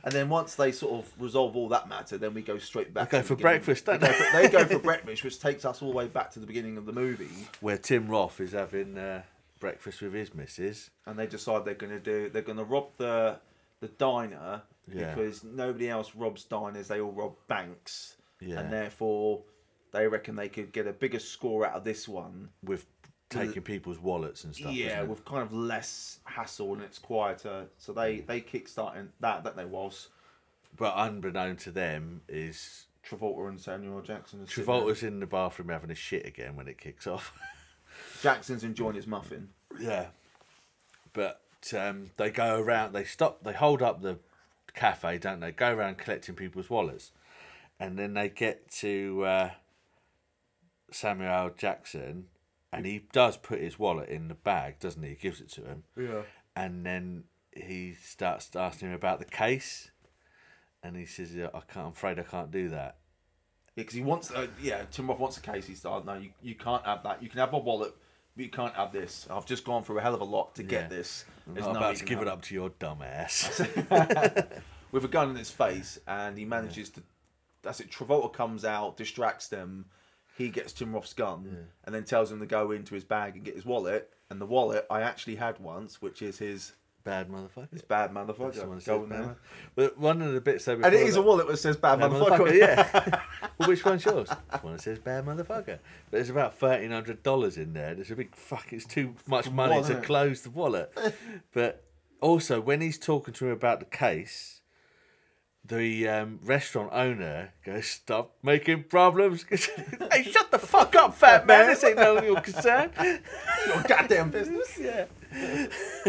Speaker 6: And then once they sort of resolve all that matter, then we go straight back.
Speaker 5: They
Speaker 6: to
Speaker 5: go
Speaker 6: the
Speaker 5: for
Speaker 6: beginning.
Speaker 5: breakfast, don't
Speaker 6: They go
Speaker 5: they?
Speaker 6: for- they go for breakfast, which takes us all the way back to the beginning of the movie,
Speaker 5: where Tim Roth is having uh, breakfast with his missus.
Speaker 6: and they decide they're going to do they're going to rob the the diner
Speaker 5: Yeah.
Speaker 6: because nobody else robs diners; they all rob banks,
Speaker 5: Yeah.
Speaker 6: and therefore they reckon they could get a bigger score out of this one.
Speaker 5: with taking people's wallets and stuff.
Speaker 6: yeah,
Speaker 5: isn't it?
Speaker 6: with kind of less hassle and it's quieter. So they
Speaker 5: Mm.
Speaker 6: they kickstarting that, don't they? Whilst
Speaker 5: but unbeknown to them is
Speaker 6: Travolta and Samuel Jackson. are sitting there.
Speaker 5: Travolta's in the bathroom having a shit again when it kicks off.
Speaker 6: Jackson's enjoying his muffin.
Speaker 5: yeah, but um, they go around. They stop. They hold up the cafe, don't they? Go around collecting people's wallets, and then they get to uh, Samuel L. Jackson, and he does put his wallet in the bag, doesn't he? He gives it to him.
Speaker 6: Yeah.
Speaker 5: and then he starts asking him about the case, and he says, "Yeah, "I can't. I'm afraid I can't do that."
Speaker 6: Because he wants, uh, yeah, Tim Roth wants a case. He's like, no, you, you can't have that. You can have my wallet, but you can't have this. I've just gone through a hell of a lot to
Speaker 5: Yeah.
Speaker 6: get this.
Speaker 5: I'm
Speaker 6: There's
Speaker 5: not
Speaker 6: no way
Speaker 5: about
Speaker 6: you
Speaker 5: to
Speaker 6: can
Speaker 5: give
Speaker 6: have
Speaker 5: it up to your dumb ass.
Speaker 6: With a gun in his face, and he manages to. That's it. Travolta comes out, distracts them. He gets Tim Roth's gun, and then tells him to go into his bag and get his wallet. And the wallet I actually had once, which is his
Speaker 5: Bad motherfucker.
Speaker 6: his bad motherfucker.
Speaker 5: Someone said
Speaker 6: Go in
Speaker 5: bad
Speaker 6: there.
Speaker 5: mother- But one of the bits they
Speaker 6: And it is a wallet that says bad,
Speaker 5: Bad
Speaker 6: motherfucker.
Speaker 5: motherfucker, yeah. well, which one's yours? The one that says bad motherfucker. There's about thirteen hundred dollars in there. There's a big fuck. It's too much money
Speaker 6: wallet,
Speaker 5: to
Speaker 6: innit?
Speaker 5: close the wallet. but also, when he's talking to him about the case, the um, restaurant owner goes, "Stop making problems." hey, shut the fuck up, fat man. This ain't none of your concern.
Speaker 6: Your goddamn business.
Speaker 5: yeah.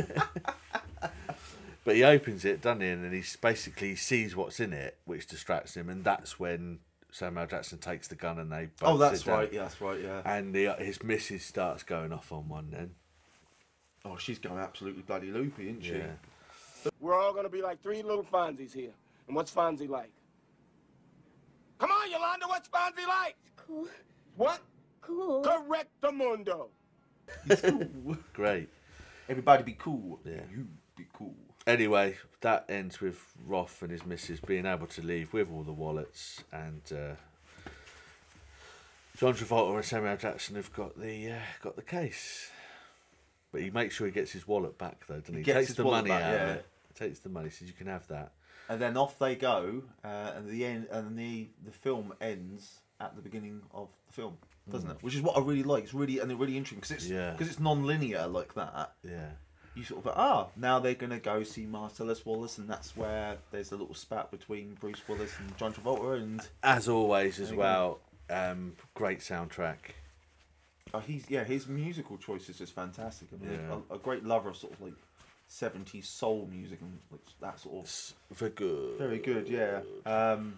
Speaker 5: but he opens it, doesn't he? And then he s- basically sees what's in it, which distracts him, and that's when Samuel Jackson takes the gun and they. Both
Speaker 6: Oh, that's
Speaker 5: sit down.
Speaker 6: right. Yeah, that's right. Yeah.
Speaker 5: And the, uh, his missus starts going off on one then.
Speaker 6: Oh, she's going absolutely bloody loopy, isn't she?
Speaker 5: Yeah.
Speaker 7: We're all gonna be like three little Fonzies here. And what's Fonzie like? Come on, Yolanda, what's Fonzie like?
Speaker 4: Cool.
Speaker 7: What?
Speaker 4: Cool.
Speaker 7: Correctamundo.
Speaker 5: Great.
Speaker 6: Everybody be cool.
Speaker 5: Yeah.
Speaker 6: You be cool.
Speaker 5: Anyway, that ends with Roth and his missus being able to leave with all the wallets, and uh, John Travolta and Samuel Jackson have got the uh, got the case. But he makes sure he gets his wallet back, though, doesn't he?
Speaker 6: He gets
Speaker 5: takes
Speaker 6: his
Speaker 5: the
Speaker 6: wallet
Speaker 5: money
Speaker 6: back,
Speaker 5: out
Speaker 6: yeah.
Speaker 5: of it. Takes the money, says you can have that.
Speaker 6: and then off they go, uh, and the end, and the the film ends at the beginning of the film, doesn't it?
Speaker 5: Mm.
Speaker 6: Which is what I really like. It's really and it's really interesting because it's
Speaker 5: Yeah.
Speaker 6: because it's non-linear like that.
Speaker 5: Yeah.
Speaker 6: You sort of ah now they're gonna go see Marcellus Wallace, and that's where there's a little spat between Bruce Willis and John Travolta, and
Speaker 5: As always, as
Speaker 6: There you
Speaker 5: well, um, great soundtrack.
Speaker 6: oh, he's yeah his musical choice is just fantastic. I mean,
Speaker 5: Yeah.
Speaker 6: a, a great lover of sort of like 70s soul music and like that sort of
Speaker 5: very good,
Speaker 6: very good, yeah. Um,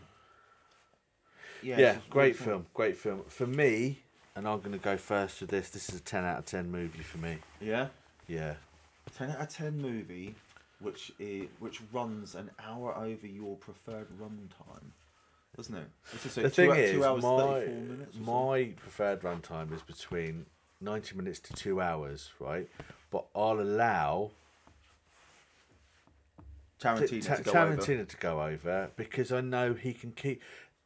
Speaker 5: Yeah,
Speaker 6: it's just
Speaker 5: great
Speaker 6: really fun.
Speaker 5: film, great film. For me, and I'm going to go first with this, this is a 10 out of 10 movie for me.
Speaker 6: Yeah?
Speaker 5: Yeah.
Speaker 6: Ten out of ten movie, which i which runs an hour over your preferred run time, doesn't it? It's just like
Speaker 5: the
Speaker 6: two,
Speaker 5: thing
Speaker 6: hou-
Speaker 5: is,
Speaker 6: two hours
Speaker 5: my,
Speaker 6: thirty four minutes. or
Speaker 5: my preferred runtime is between 90 minutes to two hours, right? But I'll allow
Speaker 6: Tarantino
Speaker 5: T-
Speaker 6: to go
Speaker 5: Tarantino
Speaker 6: over.
Speaker 5: to go over because I know he can keep.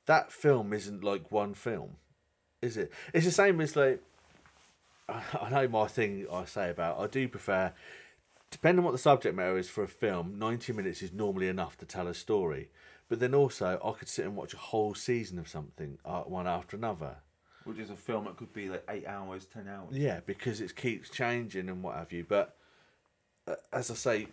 Speaker 5: That film isn't like one film, is it? It's the same as like. I I know my thing I say about I do prefer, depending on what the subject matter is for a film, 90 minutes is normally enough to tell a story. But then also, I could sit and watch a whole season of something, uh, one after another.
Speaker 6: Which is a film that could be like eight hours, ten hours.
Speaker 5: Yeah, because it keeps changing and what have you. But uh, as I say,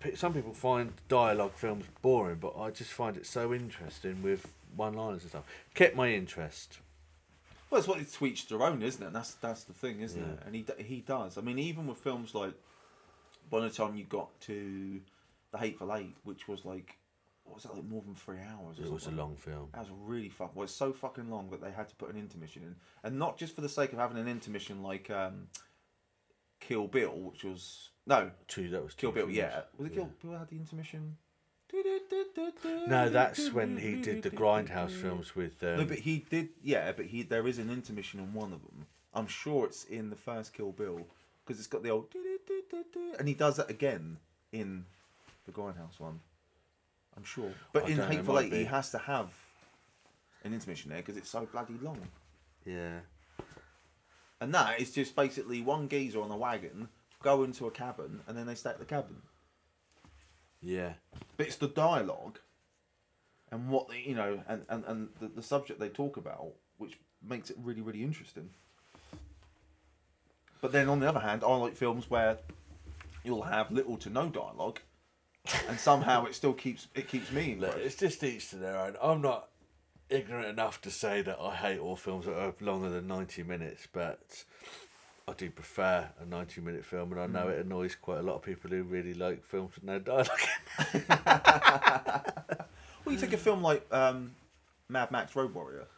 Speaker 5: p- some people find dialogue films boring, but I just find it so interesting with one-liners and stuff. Kept my interest.
Speaker 6: Well, it's what it's to each their own, isn't it? That's that's the thing, isn't it?
Speaker 5: Yeah.
Speaker 6: And he d- he does. I mean, even with films like, by the time you got to the Hateful Eight, which was like, what was that like more than three hours? Or
Speaker 5: It was a
Speaker 6: something?
Speaker 5: long film.
Speaker 6: That was really fun. Well, it's so fucking long that they had to put an intermission in, and not just for the sake of having an intermission like um, Kill Bill, which was no
Speaker 5: two. That was
Speaker 6: Kill
Speaker 5: two
Speaker 6: Bill.
Speaker 5: films.
Speaker 6: Yeah, was it Kill Bill had the intermission?
Speaker 5: No, that's when he did the Grindhouse films with. Um,
Speaker 6: no, but he did. Yeah, but he there is an intermission in one of them. I'm sure it's in the first Kill Bill because it's got the old and he does that again in the Grindhouse one. I'm sure, but
Speaker 5: I
Speaker 6: in
Speaker 5: don't know, it
Speaker 6: Hateful
Speaker 5: might
Speaker 6: Eight,
Speaker 5: be.
Speaker 6: he has to have an intermission there because it's so bloody long.
Speaker 5: Yeah.
Speaker 6: And that is just basically one geezer on a wagon go into a cabin and then they stay at the cabin.
Speaker 5: Yeah.
Speaker 6: But it's the dialogue and what they, you know, and, and, and the, the subject they talk about, which makes it really, really interesting. But then on the other hand, I like films where you'll have little to no dialogue and somehow it still keeps it keeps me in.
Speaker 5: It's just each to their own. I'm not ignorant enough to say that I hate all films that are longer than 90 minutes, but I do prefer a 90 minute film, and I know
Speaker 6: Mm.
Speaker 5: it annoys quite a lot of people who really like films with no dialogue.
Speaker 6: Well, you take a film like um, Mad Max Road Warrior.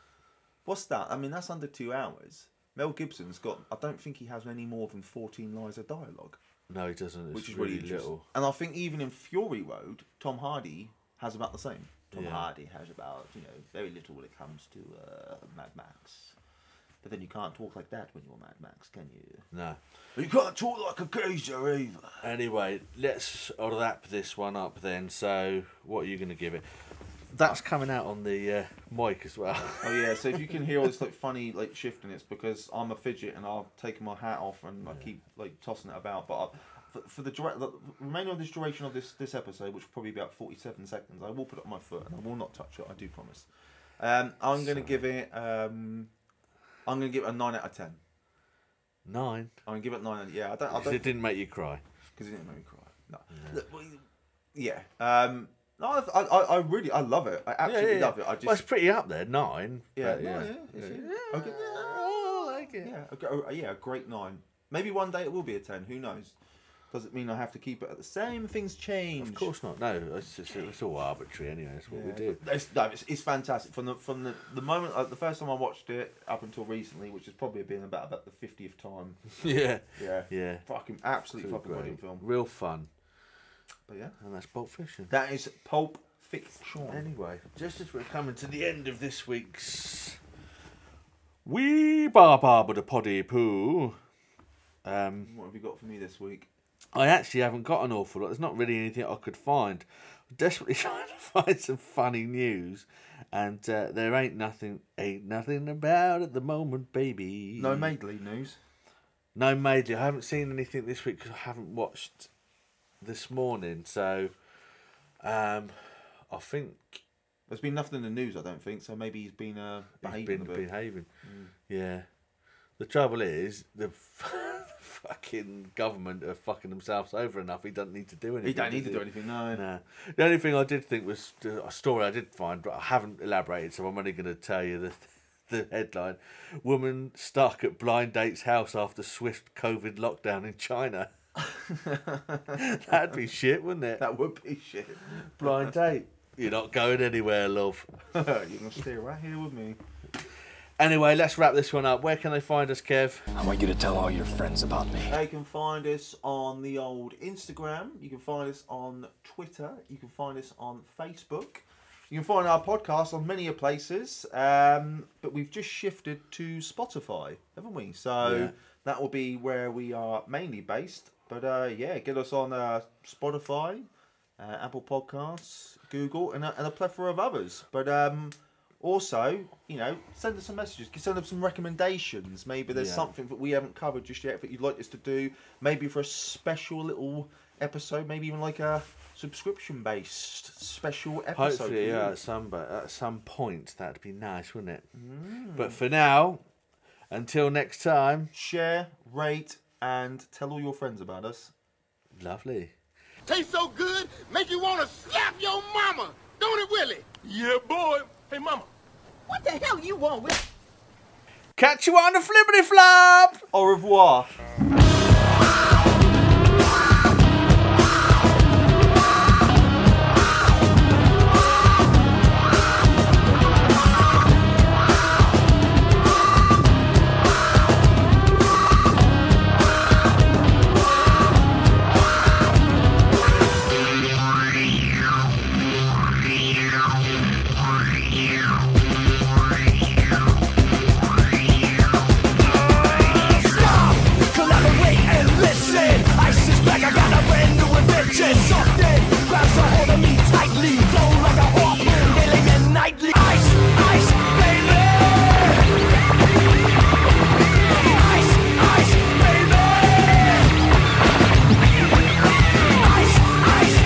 Speaker 6: What's that? I mean, that's under two hours. Mel Gibson's got. I don't think he has any more than fourteen lines of dialogue,
Speaker 5: no, he doesn't. It's
Speaker 6: which is
Speaker 5: really,
Speaker 6: really interesting.
Speaker 5: little.
Speaker 6: And I think even in Fury Road, Tom Hardy has about the same. Tom
Speaker 5: Yeah.
Speaker 6: Hardy has about you know very little when it comes to uh, Mad Max. But then you can't talk like that when you're Mad Max, can you?
Speaker 5: No.
Speaker 6: You can't talk like a geezer either.
Speaker 5: Anyway, let's wrap this one up then. So, what are you going to give it? That's coming out on the uh, mic as well.
Speaker 6: Oh yeah, so if you can hear all this like funny like shifting, it's because I'm a fidget and I've taken my hat off and I keep like tossing it about. But I, for, for the, dura- the remainder of this duration of this this episode, which will probably be about 47 seconds, I will put up my foot and I will not touch it. I do promise. Um, I'm going to give it. Um, I'm going to give it a nine out of ten.
Speaker 5: Nine.
Speaker 6: I'm going to give it nine. Out of, yeah, I don't. I
Speaker 5: Because
Speaker 6: don't
Speaker 5: it didn't make you cry.
Speaker 6: because it didn't make me cry. No. Look, well, yeah. Um, no, I, I, I really, I love it. I absolutely
Speaker 5: yeah, yeah.
Speaker 6: love it. I just,
Speaker 5: Well, it's pretty up there, nine.
Speaker 6: Yeah,
Speaker 5: but
Speaker 6: no, yeah, it's- yeah, okay.
Speaker 5: I like it.
Speaker 6: Yeah, a gr- a, yeah, a great nine. Maybe one day it will be a ten. Who knows? Doesn't mean I have to keep it at the same. Things change.
Speaker 5: Of course not. No, it's just it's all arbitrary anyway. That's what we
Speaker 6: Yeah,
Speaker 5: do.
Speaker 6: but It's, no, it's, it's fantastic. From the from the, the moment uh, the first time I watched it up until recently, which has probably been about about the fiftieth time.
Speaker 5: Yeah.
Speaker 6: yeah,
Speaker 5: Yeah.
Speaker 6: Fucking absolutely
Speaker 5: Too
Speaker 6: fucking brilliant
Speaker 5: great.
Speaker 6: film.
Speaker 5: Real fun.
Speaker 6: But yeah,
Speaker 5: and that's Pulp Fiction.
Speaker 6: That is Pulp Fiction.
Speaker 5: Anyway, just as we're coming to the end of this week's Wee Bar Bar But a Poddy Poo. Um,
Speaker 6: what have you got for me this week?
Speaker 5: I actually haven't got an awful lot. There's not really anything I could find. I'm desperately trying to find some funny news, and uh, there ain't nothing, ain't nothing about at the moment, baby.
Speaker 6: No Madeley news.
Speaker 5: No major. I haven't seen anything this week because I haven't watched this morning. So, um, I think
Speaker 6: there's been nothing in the news. I don't think so. Maybe he's been uh,
Speaker 5: he's
Speaker 6: behaving
Speaker 5: been
Speaker 6: a bit.
Speaker 5: behaving.
Speaker 6: Mm.
Speaker 5: Yeah. The trouble is the fucking government are fucking themselves over enough. He doesn't need to do anything.
Speaker 6: He don't
Speaker 5: does
Speaker 6: need to do anything. No.
Speaker 5: No. The only thing I did think was a story I did find, but I haven't elaborated, so I'm only going to tell you the the headline: Woman stuck at blind date's house after swift COVID lockdown in China. That'd be shit, wouldn't it?
Speaker 6: That would be shit.
Speaker 5: Blind date. You're not going anywhere, love.
Speaker 6: You're gonna stay right here with me.
Speaker 5: Anyway, let's wrap this one up. Where can they find us, Kev?
Speaker 12: I want you to tell all your friends about me.
Speaker 6: They can find us on the old Instagram. You can find us on Twitter. You can find us on Facebook. You can find our podcast on many a places, um, but we've just shifted to Spotify, haven't we? So
Speaker 5: Yeah.
Speaker 6: that will be where we are mainly based. But uh, yeah, get us on uh, Spotify, uh, Apple Podcasts, Google, and a, and a plethora of others. But um, also, you know, send us some messages, send us some recommendations. Maybe there's
Speaker 5: Yeah.
Speaker 6: something that we haven't covered just yet that you'd like us to do. Maybe for a special little episode, maybe even like a subscription-based special episode. for
Speaker 5: Hopefully,
Speaker 6: you.
Speaker 5: yeah, at some but at some point that'd be nice, wouldn't it?
Speaker 6: Mm.
Speaker 5: But for now, until next time,
Speaker 6: share, rate, and tell all your friends about us.
Speaker 5: Lovely.
Speaker 7: Tastes so good, make you want to slap your mama. Don't it, Willie? Yeah, boy. Hey, mama. What the hell you want, Willie?
Speaker 5: Catch you on the flippity flop.
Speaker 6: Au revoir.
Speaker 13: Collaborate and listen. Ice is back. I got a brand new invention. Something grabs a hold of me tightly. Flow like a harpoon daily and nightly. Ice, ice, baby. Ice, ice, baby. Ice, ice, baby. Ice, ice,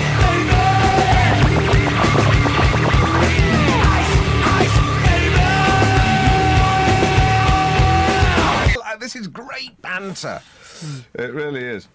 Speaker 13: baby.
Speaker 7: Hmm.
Speaker 14: This is great banter. It really is.